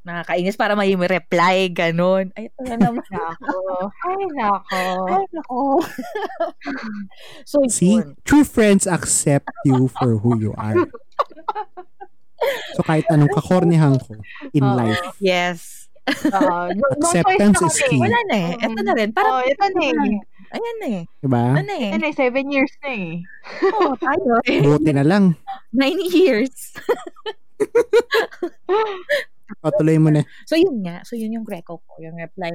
[SPEAKER 2] Nakakainis para may reply, ganun. Ay, ito na naman.
[SPEAKER 4] Nako. Ay, nako.
[SPEAKER 2] Ay, (laughs) nako. so,
[SPEAKER 3] See?
[SPEAKER 2] yun.
[SPEAKER 3] True friends accept you for who you are. So kahit anong kakornihan ko in
[SPEAKER 2] Oo.
[SPEAKER 3] life,
[SPEAKER 1] Yes.
[SPEAKER 4] Oo, no, no choice
[SPEAKER 3] Acceptance
[SPEAKER 4] na
[SPEAKER 3] is
[SPEAKER 4] kami.
[SPEAKER 3] key.
[SPEAKER 1] Wala na eh.
[SPEAKER 4] Mm.
[SPEAKER 1] Ito na rin.
[SPEAKER 4] Oo,
[SPEAKER 1] Parang,
[SPEAKER 4] ito na eh.
[SPEAKER 1] ayan na eh.
[SPEAKER 3] di ba?
[SPEAKER 1] Ano na eh.
[SPEAKER 4] Ito na eh, seven years na eh.
[SPEAKER 1] Oo, tayo eh.
[SPEAKER 3] Buti na lang.
[SPEAKER 1] (laughs) Nine years.
[SPEAKER 3] Patuloy mo na.
[SPEAKER 2] So, yun nga. So, yun yung Greco ko. Yung Reply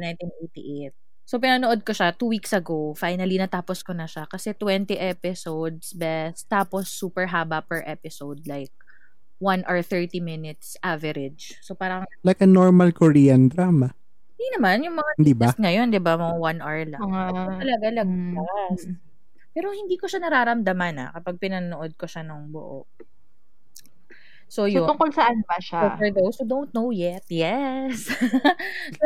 [SPEAKER 2] 1988. So, pinanood ko siya two weeks ago. Finally, natapos ko na siya. Kasi 20 episodes best. Tapos, super haba per episode. Like, 1 or 30 minutes average. So, parang,
[SPEAKER 3] Like a normal Korean drama, diba?
[SPEAKER 2] hindi naman. Yung mga
[SPEAKER 3] di ba?
[SPEAKER 2] test ngayon, di ba? Mga 1 hour lang.
[SPEAKER 4] Mga...
[SPEAKER 1] Oh.
[SPEAKER 2] Talaga,
[SPEAKER 4] Mm.
[SPEAKER 2] lagpas. Pero hindi ko siya nararamdaman ah kapag pinanood ko siya nung buo. So,
[SPEAKER 4] So,
[SPEAKER 2] yun.
[SPEAKER 4] tungkol saan ba siya?
[SPEAKER 2] So, for those who don't know yet, (laughs) yes. So,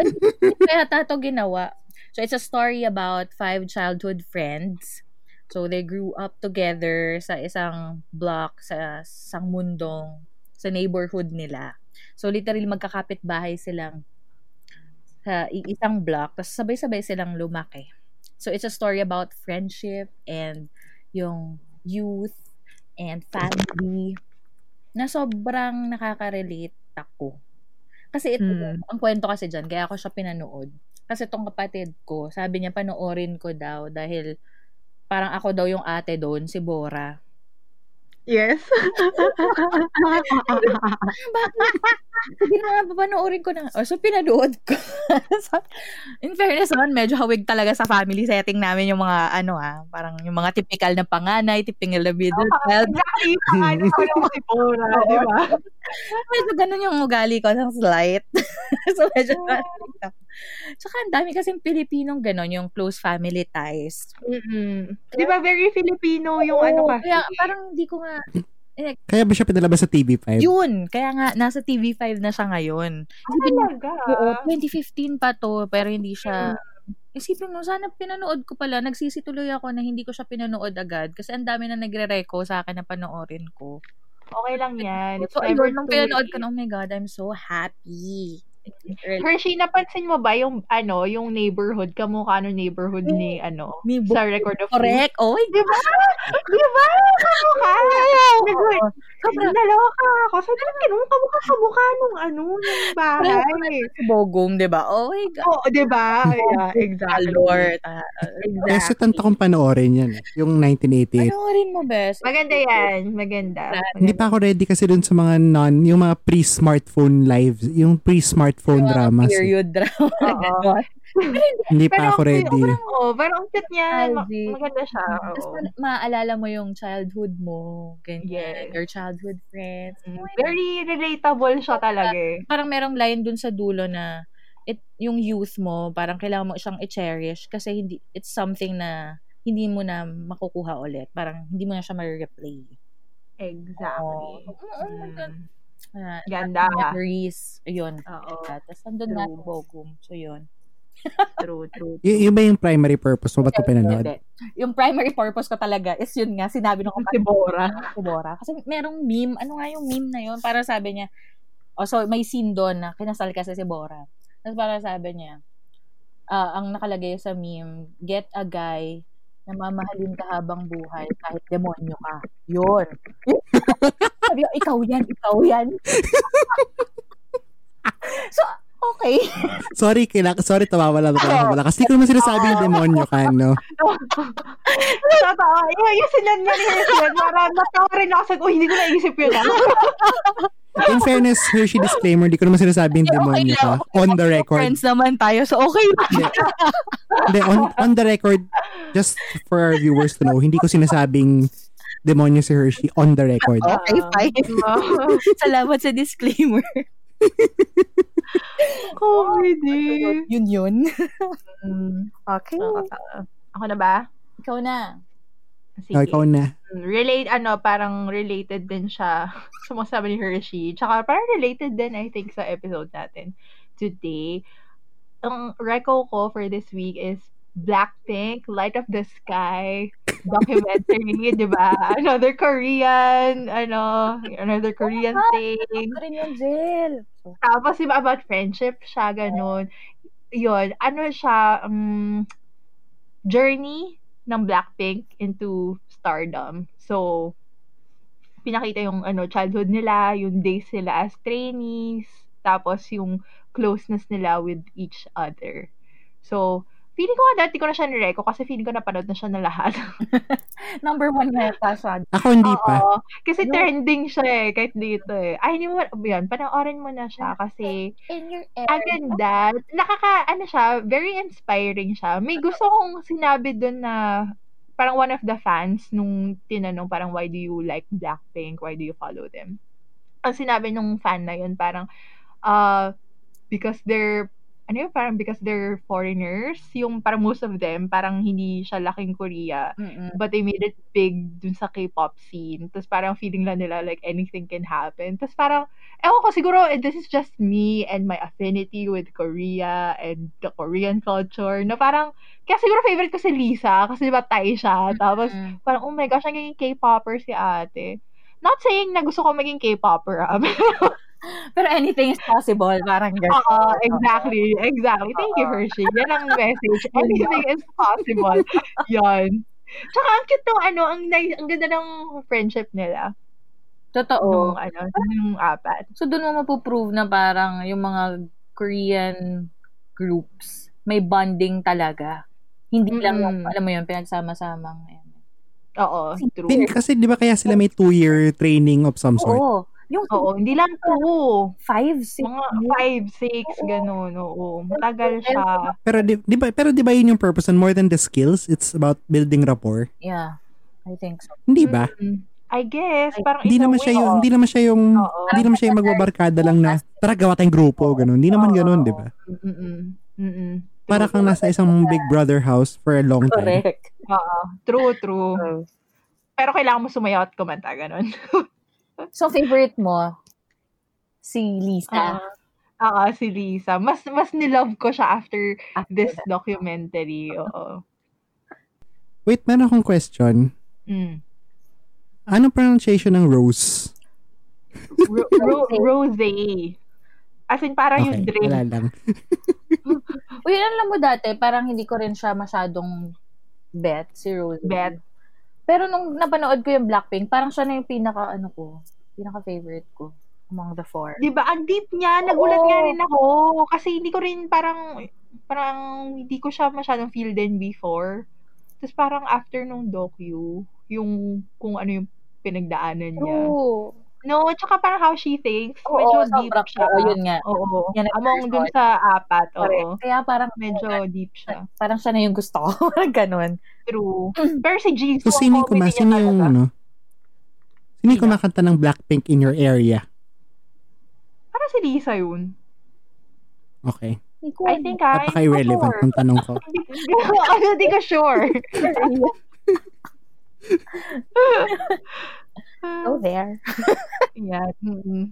[SPEAKER 2] Kaya tato ginawa. So, it's a story about five childhood friends. So, they grew up together sa isang block, sa isang mundong, sa neighborhood nila. So, literally, magkakapit bahay silang sa i- isang block. Tapos, sabay-sabay silang lumaki. So, it's a story about friendship and yung youth and family na sobrang nakaka-relate ako. Kasi ito,
[SPEAKER 4] Mm.
[SPEAKER 2] ang kwento kasi dyan, kaya ako siya pinanood. Kasi tong kapatid ko, sabi niya panoorin ko daw dahil parang ako daw yung ate doon, si Bora.
[SPEAKER 4] (laughs) Yes.
[SPEAKER 2] Sige na nga, papanoorin "Ah, ko na. O, so, pinanood ko. (laughs) So, In fairness naman, medyo hawig talaga sa family setting namin yung mga, ano ah, parang yung mga typical na panganay, typical na middle child.
[SPEAKER 4] Exactly. ano, Paano ko lang si Bora, ah, di ba?
[SPEAKER 2] medyo ganun yung ugali ko, ng slight. (laughs) so, medyo
[SPEAKER 4] Ah.
[SPEAKER 2] na-relate ako. Tsaka, ang dami kasing Pilipinong ganun, yung close family ties.
[SPEAKER 4] Di ba, very Filipino yung
[SPEAKER 2] Oo,
[SPEAKER 4] ano kasi.
[SPEAKER 2] Kaya, parang hindi ko nga,
[SPEAKER 3] Kaya ba siya pinalabas sa TV5?
[SPEAKER 2] Yun. Kaya nga, nasa TV5 na siya ngayon. Isipin mo,
[SPEAKER 4] Ah, Talaga.
[SPEAKER 2] oo, 2015 pa to, pero hindi siya... Isipin mo, sana pinanood ko pala. Nagsisituloy ako na hindi ko siya pinanood agad kasi ang dami na nagre-reco sa akin na panoorin ko.
[SPEAKER 4] Okay lang yan.
[SPEAKER 2] So,
[SPEAKER 4] Ever
[SPEAKER 2] ayun, nung
[SPEAKER 4] to
[SPEAKER 2] pinanood
[SPEAKER 4] it.
[SPEAKER 2] ko, na, oh my God, I'm so happy.
[SPEAKER 4] Hershey, napansin mo ba yung ano, yung neighborhood, kamukha ng neighborhood ni ano,
[SPEAKER 2] Ni
[SPEAKER 4] sa record of
[SPEAKER 2] Correct. Oh, my
[SPEAKER 4] Di ba? Di ba? Kamukha. Nag-
[SPEAKER 2] Sobra.
[SPEAKER 4] Naloka ako. Sabi ko, "Ganun, kamukha kamukha nung ano, nung bahay.
[SPEAKER 2] Bogong, di ba? Oh my God.
[SPEAKER 4] (laughs) Oo, di ba? Yeah, exactly.
[SPEAKER 2] Lord.
[SPEAKER 4] Ah.
[SPEAKER 3] Kaya sa tanta kong panoorin yan. eh, Yung 1988.
[SPEAKER 2] Panoorin mo, best.
[SPEAKER 4] Maganda yan. Maganda.
[SPEAKER 3] Hindi pa ako ready kasi dun sa mga non, yung mga pre-smartphone lives, yung pre-smartphone
[SPEAKER 2] Mga
[SPEAKER 3] dramas. eh.
[SPEAKER 2] Period drama.
[SPEAKER 4] Oo.
[SPEAKER 2] Ganon.
[SPEAKER 3] Hindi
[SPEAKER 4] Pero
[SPEAKER 3] pa ako
[SPEAKER 4] okay,
[SPEAKER 3] ready.
[SPEAKER 4] Parang, oh, pero ang cute niya. Ma-
[SPEAKER 2] Nostalgic.
[SPEAKER 4] Maganda siya.
[SPEAKER 2] Tapos
[SPEAKER 4] Ah, oo.
[SPEAKER 2] ma- maaalala mo yung childhood mo, ganyan,
[SPEAKER 4] Yes.
[SPEAKER 2] your childhood friends.
[SPEAKER 4] Mm, Very relatable siya talaga eh.
[SPEAKER 2] Parang merong line dun sa dulo na it, yung youth mo, parang kailangan mo siyang i-cherish kasi hindi, it's something na hindi mo na makukuha ulit. Parang hindi mo na siya ma-replay.
[SPEAKER 4] Exactly.
[SPEAKER 2] Oo. Oo, oh my God.
[SPEAKER 4] Mm.
[SPEAKER 2] Ah,
[SPEAKER 4] Ganda.
[SPEAKER 2] Memories. Yun.
[SPEAKER 4] Oo.
[SPEAKER 2] Tapos nandun na
[SPEAKER 4] True.
[SPEAKER 2] yung Bogum. So, yun.
[SPEAKER 4] True, true.
[SPEAKER 3] Y- yun ba yung primary purpose mo? Ba't ko pinanood?
[SPEAKER 2] Hindi. Yung primary purpose ko talaga is yun nga, sinabi nung
[SPEAKER 4] Si
[SPEAKER 2] kapatid
[SPEAKER 4] Bora.
[SPEAKER 2] Kubora. Kasi merong meme. Ano nga yung meme na yun? Para sabi niya, oh, so may scene doon na kinasal kasi si Bora. Tapos para sabi niya, ah, ang nakalagay sa meme, get a guy na mamahalin ka habang buhay kahit demonyo ka. Yun. (laughs) sabi ko, ikaw yan, ikaw yan. (laughs) so, okay.
[SPEAKER 3] Sorry, kila, sorry, tawawa lang ako. Wala. Kasi di ko naman sinasabi yung demonyo ka, no?
[SPEAKER 4] (laughs) Totoo. Yung, yung sinanyan yun. Parang natawa rin ako. Sabi, uy, hindi ko naisip yun ah.
[SPEAKER 3] In fairness, Hershey disclaimer, di ko naman sinasabi yung demonyo ka. On the
[SPEAKER 2] (laughs)
[SPEAKER 3] record.
[SPEAKER 2] Friends naman tayo, so okay lang.
[SPEAKER 3] Hindi, on, on the record, just for our viewers to know, hindi ko sinasabing demonyo si Hershey on the record.
[SPEAKER 4] Oh,
[SPEAKER 2] Okay, fine.
[SPEAKER 4] Diba?
[SPEAKER 2] Salamat sa disclaimer.
[SPEAKER 4] (laughs) Comedy.
[SPEAKER 2] (laughs) yun yun.
[SPEAKER 4] Okay. Ako na ba?
[SPEAKER 2] Ikaw na.
[SPEAKER 4] Sige.
[SPEAKER 3] Oh, ikaw na.
[SPEAKER 4] Relate, ano, parang related din siya (laughs) sa mga sabi ni Hershey. Tsaka parang related din, I think, sa episode natin today. Ang reco ko for this week is Blackpink, Light of the Sky, documentary, (laughs) di ba? Another Korean, ano, another Korean thing.
[SPEAKER 2] Rin yung Jill.
[SPEAKER 4] Tapos yung about friendship siya, ganun. Yun, ano siya, um, journey ng Blackpink into stardom. So, pinakita yung ano childhood nila, yung days nila as trainees, tapos yung closeness nila with each other. So, feeling ko nga dati ko na siya nireko kasi feeling ko napanood na siya na lahat.
[SPEAKER 2] Number one na yata siya.
[SPEAKER 3] Ako (laughs) hindi pa.
[SPEAKER 4] Oo. Kasi
[SPEAKER 2] Yung-
[SPEAKER 4] trending siya eh, kahit dito eh. Ay, hindi mo, yun, panoorin mo na siya kasi
[SPEAKER 1] In your
[SPEAKER 4] ang ganda. Nakaka, ano siya, very inspiring siya. May gusto kong sinabi dun na parang one of the fans nung tinanong parang why do you like Blackpink? Why do you follow them? Ang sinabi nung fan na yun parang uh, because they're ano yun, parang because they're foreigners, yung parang most of them, parang hindi siya laking Korea,
[SPEAKER 2] Mm-mm.
[SPEAKER 4] but they made it big dun sa K-pop scene. Tapos parang feeling lang nila like anything can happen. Tapos parang, ewan ko siguro, eh, this is just me and my affinity with Korea and the Korean culture. Na parang, kaya siguro favorite ko si Lisa kasi diba Thai siya. Tapos
[SPEAKER 2] Mm.
[SPEAKER 4] parang, oh my gosh, naging K-popper si ate. Not saying na gusto ko maging K-popper ah. (laughs)
[SPEAKER 2] Pero anything is possible. Parang gano'n. (laughs)
[SPEAKER 4] Oo, exactly. Exactly. Thank you, Hershey. Yan ang message. Anything is possible. Yan. Tsaka ang cute nung ano, ang, nice, ang ganda ng friendship nila.
[SPEAKER 2] Totoo.
[SPEAKER 4] Nung ano, nung apat.
[SPEAKER 2] So, doon mo mapuprove na parang yung mga Korean groups, may bonding talaga. Hindi lang,
[SPEAKER 4] Mm-mm.
[SPEAKER 2] alam mo yun, pinagsama-samang. ano.
[SPEAKER 4] Oo, true.
[SPEAKER 3] Din, kasi di ba kaya sila may two-year training of some sort?
[SPEAKER 2] Oo. Yung
[SPEAKER 4] Oo, hindi lang two.
[SPEAKER 2] five, six
[SPEAKER 4] Mga
[SPEAKER 2] years.
[SPEAKER 4] five, six, ganun. Oo, matagal siya.
[SPEAKER 3] Pero di, di ba pero di ba yun yung purpose and more than the skills, it's about building rapport.
[SPEAKER 2] Yeah. I think so.
[SPEAKER 3] Hindi ba?
[SPEAKER 4] Mm, I guess, parang
[SPEAKER 3] Diba? Hindi
[SPEAKER 4] in a
[SPEAKER 3] naman
[SPEAKER 4] way,
[SPEAKER 3] siya yung
[SPEAKER 4] oo.
[SPEAKER 3] hindi naman siya yung
[SPEAKER 4] Oo.
[SPEAKER 3] hindi naman siya yung magbabarkada lang na tara gawa tayong grupo ganun. Hindi naman
[SPEAKER 4] Oo.
[SPEAKER 3] ganun, di ba?
[SPEAKER 4] Mm-mm. Mm-mm.
[SPEAKER 3] Para kang nasa isang big brother house for a long time.
[SPEAKER 2] Correct.
[SPEAKER 4] Oo, true, true. Pero kailangan mo sumayaw at kumanta, ganun.
[SPEAKER 2] So, favorite mo, si Lisa.
[SPEAKER 4] Oo, si Lisa. Mas mas nilove ko siya after
[SPEAKER 2] After
[SPEAKER 4] this
[SPEAKER 2] that.
[SPEAKER 4] documentary. Oo.
[SPEAKER 3] Wait, meron akong question.
[SPEAKER 2] (laughs)
[SPEAKER 4] Mm.
[SPEAKER 3] Anong pronunciation ng rose?
[SPEAKER 4] Ro- ro- rose. As in, parang yung
[SPEAKER 3] Okay,
[SPEAKER 4] drink.
[SPEAKER 3] wala lang.
[SPEAKER 2] Uy, alam mo dati, parang hindi ko rin siya masyadong bet, si Rose.
[SPEAKER 4] Bet.
[SPEAKER 2] Pero nung napanood ko yung Blackpink, parang siya na yung pinaka, ano ko, pinaka-favorite ko among the four.
[SPEAKER 4] Di ba? Ang deep niya. Nagulat
[SPEAKER 2] Oo.
[SPEAKER 4] nga rin ako. Kasi hindi ko rin parang, parang hindi ko siya masyadong feel din before. Tapos parang after nung docu, yung kung ano yung pinagdaanan niya.
[SPEAKER 2] True.
[SPEAKER 4] No, tsaka parang how she thinks.
[SPEAKER 2] Oo,
[SPEAKER 4] medyo deep
[SPEAKER 2] sobra
[SPEAKER 4] siya.
[SPEAKER 2] Oo, yun nga.
[SPEAKER 4] Oo.
[SPEAKER 2] Yan ang
[SPEAKER 4] Among dun
[SPEAKER 2] person.
[SPEAKER 4] sa apat.
[SPEAKER 2] Correct.
[SPEAKER 4] Oo.
[SPEAKER 2] Kaya parang,
[SPEAKER 4] Medyo deep siya.
[SPEAKER 2] parang siya na yung gusto ko. (laughs) Parang ganun.
[SPEAKER 4] True. Pero si Jisoo,
[SPEAKER 3] Hmm. So, sino yung
[SPEAKER 4] ang comedy
[SPEAKER 3] kuma,
[SPEAKER 4] niya
[SPEAKER 3] sino yung
[SPEAKER 4] talaga.
[SPEAKER 3] ano? Sino yung
[SPEAKER 4] Sino?
[SPEAKER 3] kumakanta ng Blackpink in your area?
[SPEAKER 4] Parang si Lisa yun.
[SPEAKER 3] Okay.
[SPEAKER 2] Hindi ko
[SPEAKER 4] I
[SPEAKER 2] alam.
[SPEAKER 4] think, ah, hindi ko
[SPEAKER 3] Napaka-irrelevant
[SPEAKER 4] sure.
[SPEAKER 3] ng tanong ko.
[SPEAKER 4] Hindi (laughs) ko, ano, di ko sure.
[SPEAKER 2] Go
[SPEAKER 4] (laughs)
[SPEAKER 2] there.
[SPEAKER 4] Yan. Mm-mm.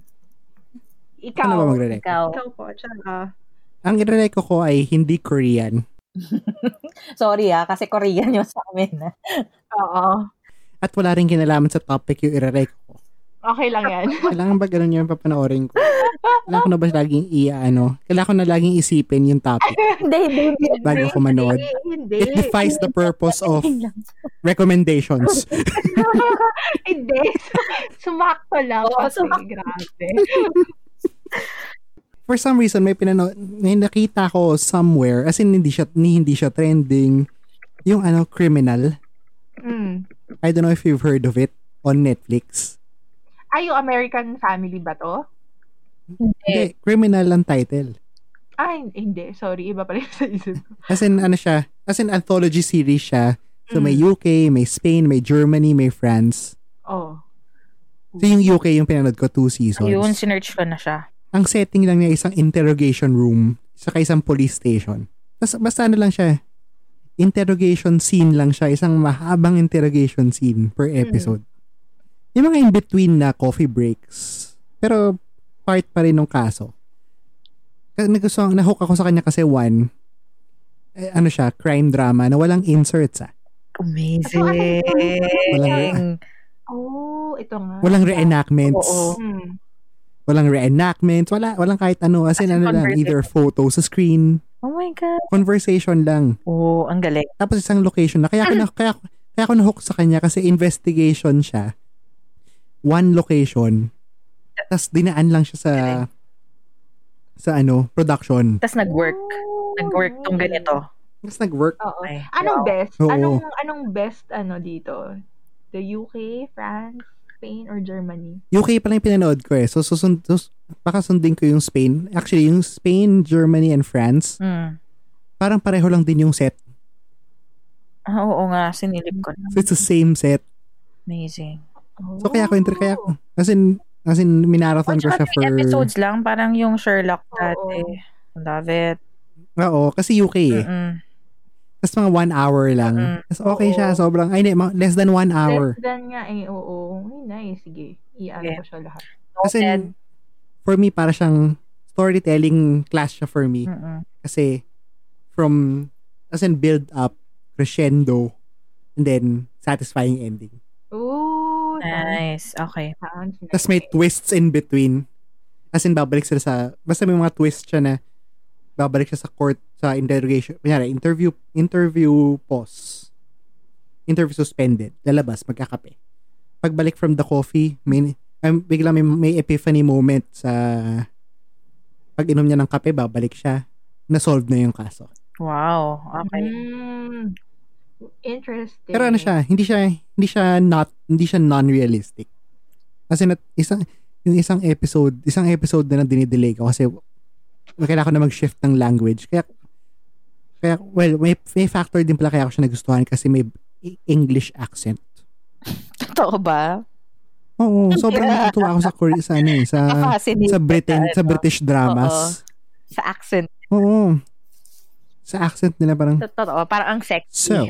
[SPEAKER 4] Ikaw.
[SPEAKER 3] Ano ba magre
[SPEAKER 2] Ikaw.
[SPEAKER 4] Ikaw po, tsaka.
[SPEAKER 3] Ang ire ko ay hindi Korean.
[SPEAKER 2] Sorry ah, kasi Korean yung sa amin. ah.
[SPEAKER 4] Oo.
[SPEAKER 3] At wala rin kinalaman sa topic yung ire ko.
[SPEAKER 4] Okay lang yan.
[SPEAKER 3] Kailangan ba ganun yung papanoorin ko? Kailangan ko na ba laging i-ano? Kailangan ko na laging isipin yung topic
[SPEAKER 2] Hindi, hindi. hindi.
[SPEAKER 3] bago ko manood.
[SPEAKER 4] Hindi, hindi.
[SPEAKER 3] It defies the purpose of
[SPEAKER 2] lang.
[SPEAKER 3] recommendations.
[SPEAKER 4] Hindi. (laughs) Sumakto lang.
[SPEAKER 2] Oo,
[SPEAKER 4] kasi,
[SPEAKER 2] sumakto.
[SPEAKER 4] Grabe.
[SPEAKER 3] for some reason may pinano may nakita ko somewhere as in hindi siya ni hindi siya trending yung ano criminal
[SPEAKER 4] Mm.
[SPEAKER 3] I don't know if you've heard of it on Netflix
[SPEAKER 4] Ay, yung American Family ba to?
[SPEAKER 2] Hindi.
[SPEAKER 3] hindi criminal ang title
[SPEAKER 4] Ay, hindi. Sorry. Iba pala yung sa isip. ko.
[SPEAKER 3] as in ano siya as in anthology series siya so may
[SPEAKER 4] Mm.
[SPEAKER 3] UK may Spain may Germany may France
[SPEAKER 4] Oo.
[SPEAKER 3] so yung UK yung pinanood ko two seasons
[SPEAKER 2] Yun, sinerch ko na siya.
[SPEAKER 3] ang setting lang niya isang interrogation room sa isang police station. Tapos basta ano lang siya, interrogation scene lang siya, isang mahabang interrogation scene per episode. Yung mga in-between na coffee breaks, pero part pa rin ng kaso. Kasi nagustuhan, nahook ako sa kanya kasi one, eh, ano siya, crime drama na walang inserts ah. Walang,
[SPEAKER 4] Oh, ito nga.
[SPEAKER 3] walang reenactments.
[SPEAKER 2] Oo.
[SPEAKER 4] Mm.
[SPEAKER 3] Walang reenactments. Wala, walang kahit ano. As in,
[SPEAKER 2] As in
[SPEAKER 3] ano lang,
[SPEAKER 2] conversation.
[SPEAKER 3] either photo sa screen,
[SPEAKER 2] Oh my God.
[SPEAKER 3] conversation lang.
[SPEAKER 2] Oo, ang galing.
[SPEAKER 3] Tapos isang location na. Kaya ako na, kaya, kaya ako na-hook sa kanya kasi investigation siya. one location. Tapos dinaan lang siya sa sa ano, production.
[SPEAKER 2] Tapos nag-work. Nag-work tong ganito.
[SPEAKER 3] Tapos nag-work.
[SPEAKER 4] Oh. Oo.
[SPEAKER 2] Ay.
[SPEAKER 4] Anong
[SPEAKER 2] Wow.
[SPEAKER 4] best?
[SPEAKER 3] Oo.
[SPEAKER 4] Anong anong best ano dito? The UK, France, Spain, or Germany?
[SPEAKER 3] UK pa lang yung pinanood ko eh. So, susund, sus, baka sundin ko yung Spain. Actually, yung Spain, Germany, and France,
[SPEAKER 2] Mm.
[SPEAKER 3] parang pareho lang din yung set.
[SPEAKER 2] Ah, oo nga, sinilip ko na.
[SPEAKER 3] So, it's the same set.
[SPEAKER 2] Amazing.
[SPEAKER 3] So, kaya ko, inter,
[SPEAKER 4] Oh.
[SPEAKER 3] kaya ko. As in, as in minarathon ko
[SPEAKER 2] Tsaka
[SPEAKER 3] siya
[SPEAKER 2] three
[SPEAKER 3] for...
[SPEAKER 2] episodes lang, parang yung Sherlock dati.
[SPEAKER 4] Oo.
[SPEAKER 2] Love it.
[SPEAKER 3] Oo, kasi UK eh.
[SPEAKER 2] Mm-mm.
[SPEAKER 3] Tapos mga one hour lang.
[SPEAKER 2] Mm.
[SPEAKER 3] Tapos okay siya,
[SPEAKER 4] Oo.
[SPEAKER 3] sobrang, ay, hindi, mga- less than one hour.
[SPEAKER 4] Less than nga eh, oo. Ay, nice. Sige, i-ano
[SPEAKER 2] Sige.
[SPEAKER 4] ko siya lahat.
[SPEAKER 3] Kasi
[SPEAKER 2] Noted.
[SPEAKER 3] for me para siyang storytelling class siya for me
[SPEAKER 2] Mm-mm.
[SPEAKER 3] kasi from as in build up crescendo and then satisfying ending.
[SPEAKER 4] Ooh,
[SPEAKER 2] Nice.
[SPEAKER 4] nice.
[SPEAKER 2] Okay.
[SPEAKER 4] Sounds nice.
[SPEAKER 3] Tapos may twists in between. As in babalik sila sa basta may mga twist siya na babalik siya sa court sa interrogation. Kunyari, interview interview pause. Interview suspended. Lalabas magkakape. Pagbalik from the coffee, may um, bigla may, may epiphany moment sa pag inom niya ng kape, babalik siya. Na-solve na yung kaso.
[SPEAKER 2] Wow. Okay.
[SPEAKER 4] Mm, interesting.
[SPEAKER 3] Pero ano siya, hindi siya hindi siya not hindi siya non-realistic. Kasi nat, isang yung isang episode, isang episode na lang dinidelay ko kasi kailangan ko na mag-shift ng language. Kaya kaya well, may, may factor din pala kaya ako siya nagustuhan kasi may English accent.
[SPEAKER 2] Totoo ba?
[SPEAKER 3] Oo, sobrang natutuwa ako sa Korea sa ano, eh, sa
[SPEAKER 2] Nakaka-fascinate
[SPEAKER 3] sa Britain,
[SPEAKER 2] ka,
[SPEAKER 3] sa
[SPEAKER 2] ano?
[SPEAKER 3] British dramas.
[SPEAKER 2] Sa accent.
[SPEAKER 3] Oo. Sa accent nila parang
[SPEAKER 2] Totoo. Parang ang sexy.
[SPEAKER 3] So,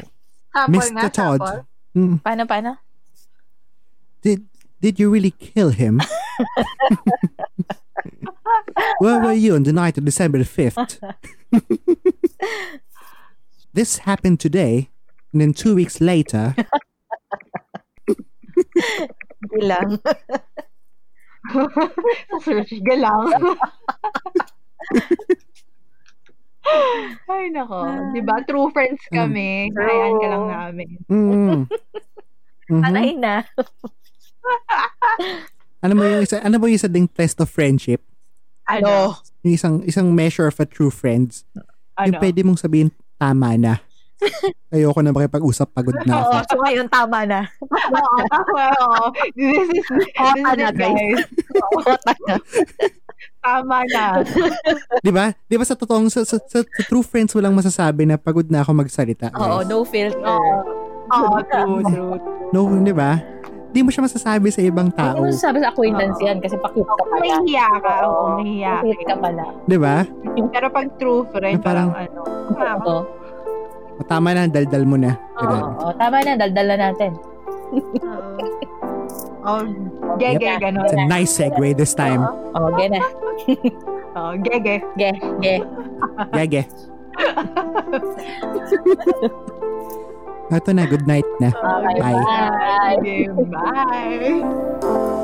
[SPEAKER 4] Sample nga,
[SPEAKER 3] Mr. Todd.
[SPEAKER 4] sample.
[SPEAKER 3] mm,
[SPEAKER 2] Paano, paano?
[SPEAKER 3] did did you really kill
[SPEAKER 2] (laughs)
[SPEAKER 3] him? Where were you on the night of December the
[SPEAKER 2] (laughs)
[SPEAKER 3] 5th? this happened today, and then two weeks later,
[SPEAKER 2] Hindi lang.
[SPEAKER 3] Mm-hmm.
[SPEAKER 4] Search (laughs) galaw. Ay, nako. Di ba? True friends kami.
[SPEAKER 2] True.
[SPEAKER 4] Kayaan ka lang namin.
[SPEAKER 3] mm, Mhm.
[SPEAKER 2] Sanay na.
[SPEAKER 3] ano mo yung isa, ano mo yung isa ding test of friendship?
[SPEAKER 4] Ano?
[SPEAKER 3] Yung isang, isang measure of a true friends.
[SPEAKER 4] Ano?
[SPEAKER 3] Yung pwede mong sabihin, tama
[SPEAKER 2] (laughs)
[SPEAKER 3] na. Ayoko na makipag-usap, pagod na ako.
[SPEAKER 2] Oo, so ngayon tama na.
[SPEAKER 4] Oo, tama, oo. This is, this is
[SPEAKER 2] Kota na,
[SPEAKER 4] it, guys.
[SPEAKER 2] Kota na.
[SPEAKER 4] Tama na.
[SPEAKER 3] Di ba? Di ba sa totoong, sa, sa, sa, sa true friends, walang masasabi na pagod na ako magsalita.
[SPEAKER 2] Oo,
[SPEAKER 3] guys.
[SPEAKER 2] no filter.
[SPEAKER 4] Oo. Oo, true, true.
[SPEAKER 3] No, di ba? Di mo siya masasabi sa ibang
[SPEAKER 2] Hindi mo
[SPEAKER 3] tao.
[SPEAKER 2] sasabi sa acquaintance yan kasi pakit ka
[SPEAKER 4] May
[SPEAKER 2] pala.
[SPEAKER 4] hiya ka. Oo, may hiya
[SPEAKER 2] Pakit ka
[SPEAKER 4] ka.
[SPEAKER 2] pala.
[SPEAKER 3] Di ba?
[SPEAKER 4] Pero pag true
[SPEAKER 3] Na
[SPEAKER 4] friend,
[SPEAKER 3] parang-
[SPEAKER 4] parang,
[SPEAKER 2] (laughs)
[SPEAKER 4] ano.
[SPEAKER 2] Oo.
[SPEAKER 3] O, Tama na, daldal mo na.
[SPEAKER 2] Oo,
[SPEAKER 3] Ganun.
[SPEAKER 2] oo. tama na, daldala natin.
[SPEAKER 4] Oh, gege,
[SPEAKER 2] Yep.
[SPEAKER 4] gano'n.
[SPEAKER 3] It's a nice segue this time.
[SPEAKER 2] Oo, gana.
[SPEAKER 4] Oh, gege.
[SPEAKER 2] Ge, ge.
[SPEAKER 3] Gage.
[SPEAKER 2] (laughs)
[SPEAKER 3] Ito na, good night na.
[SPEAKER 4] Oh,
[SPEAKER 2] Okay,
[SPEAKER 3] Bye.
[SPEAKER 4] Bye. Bye.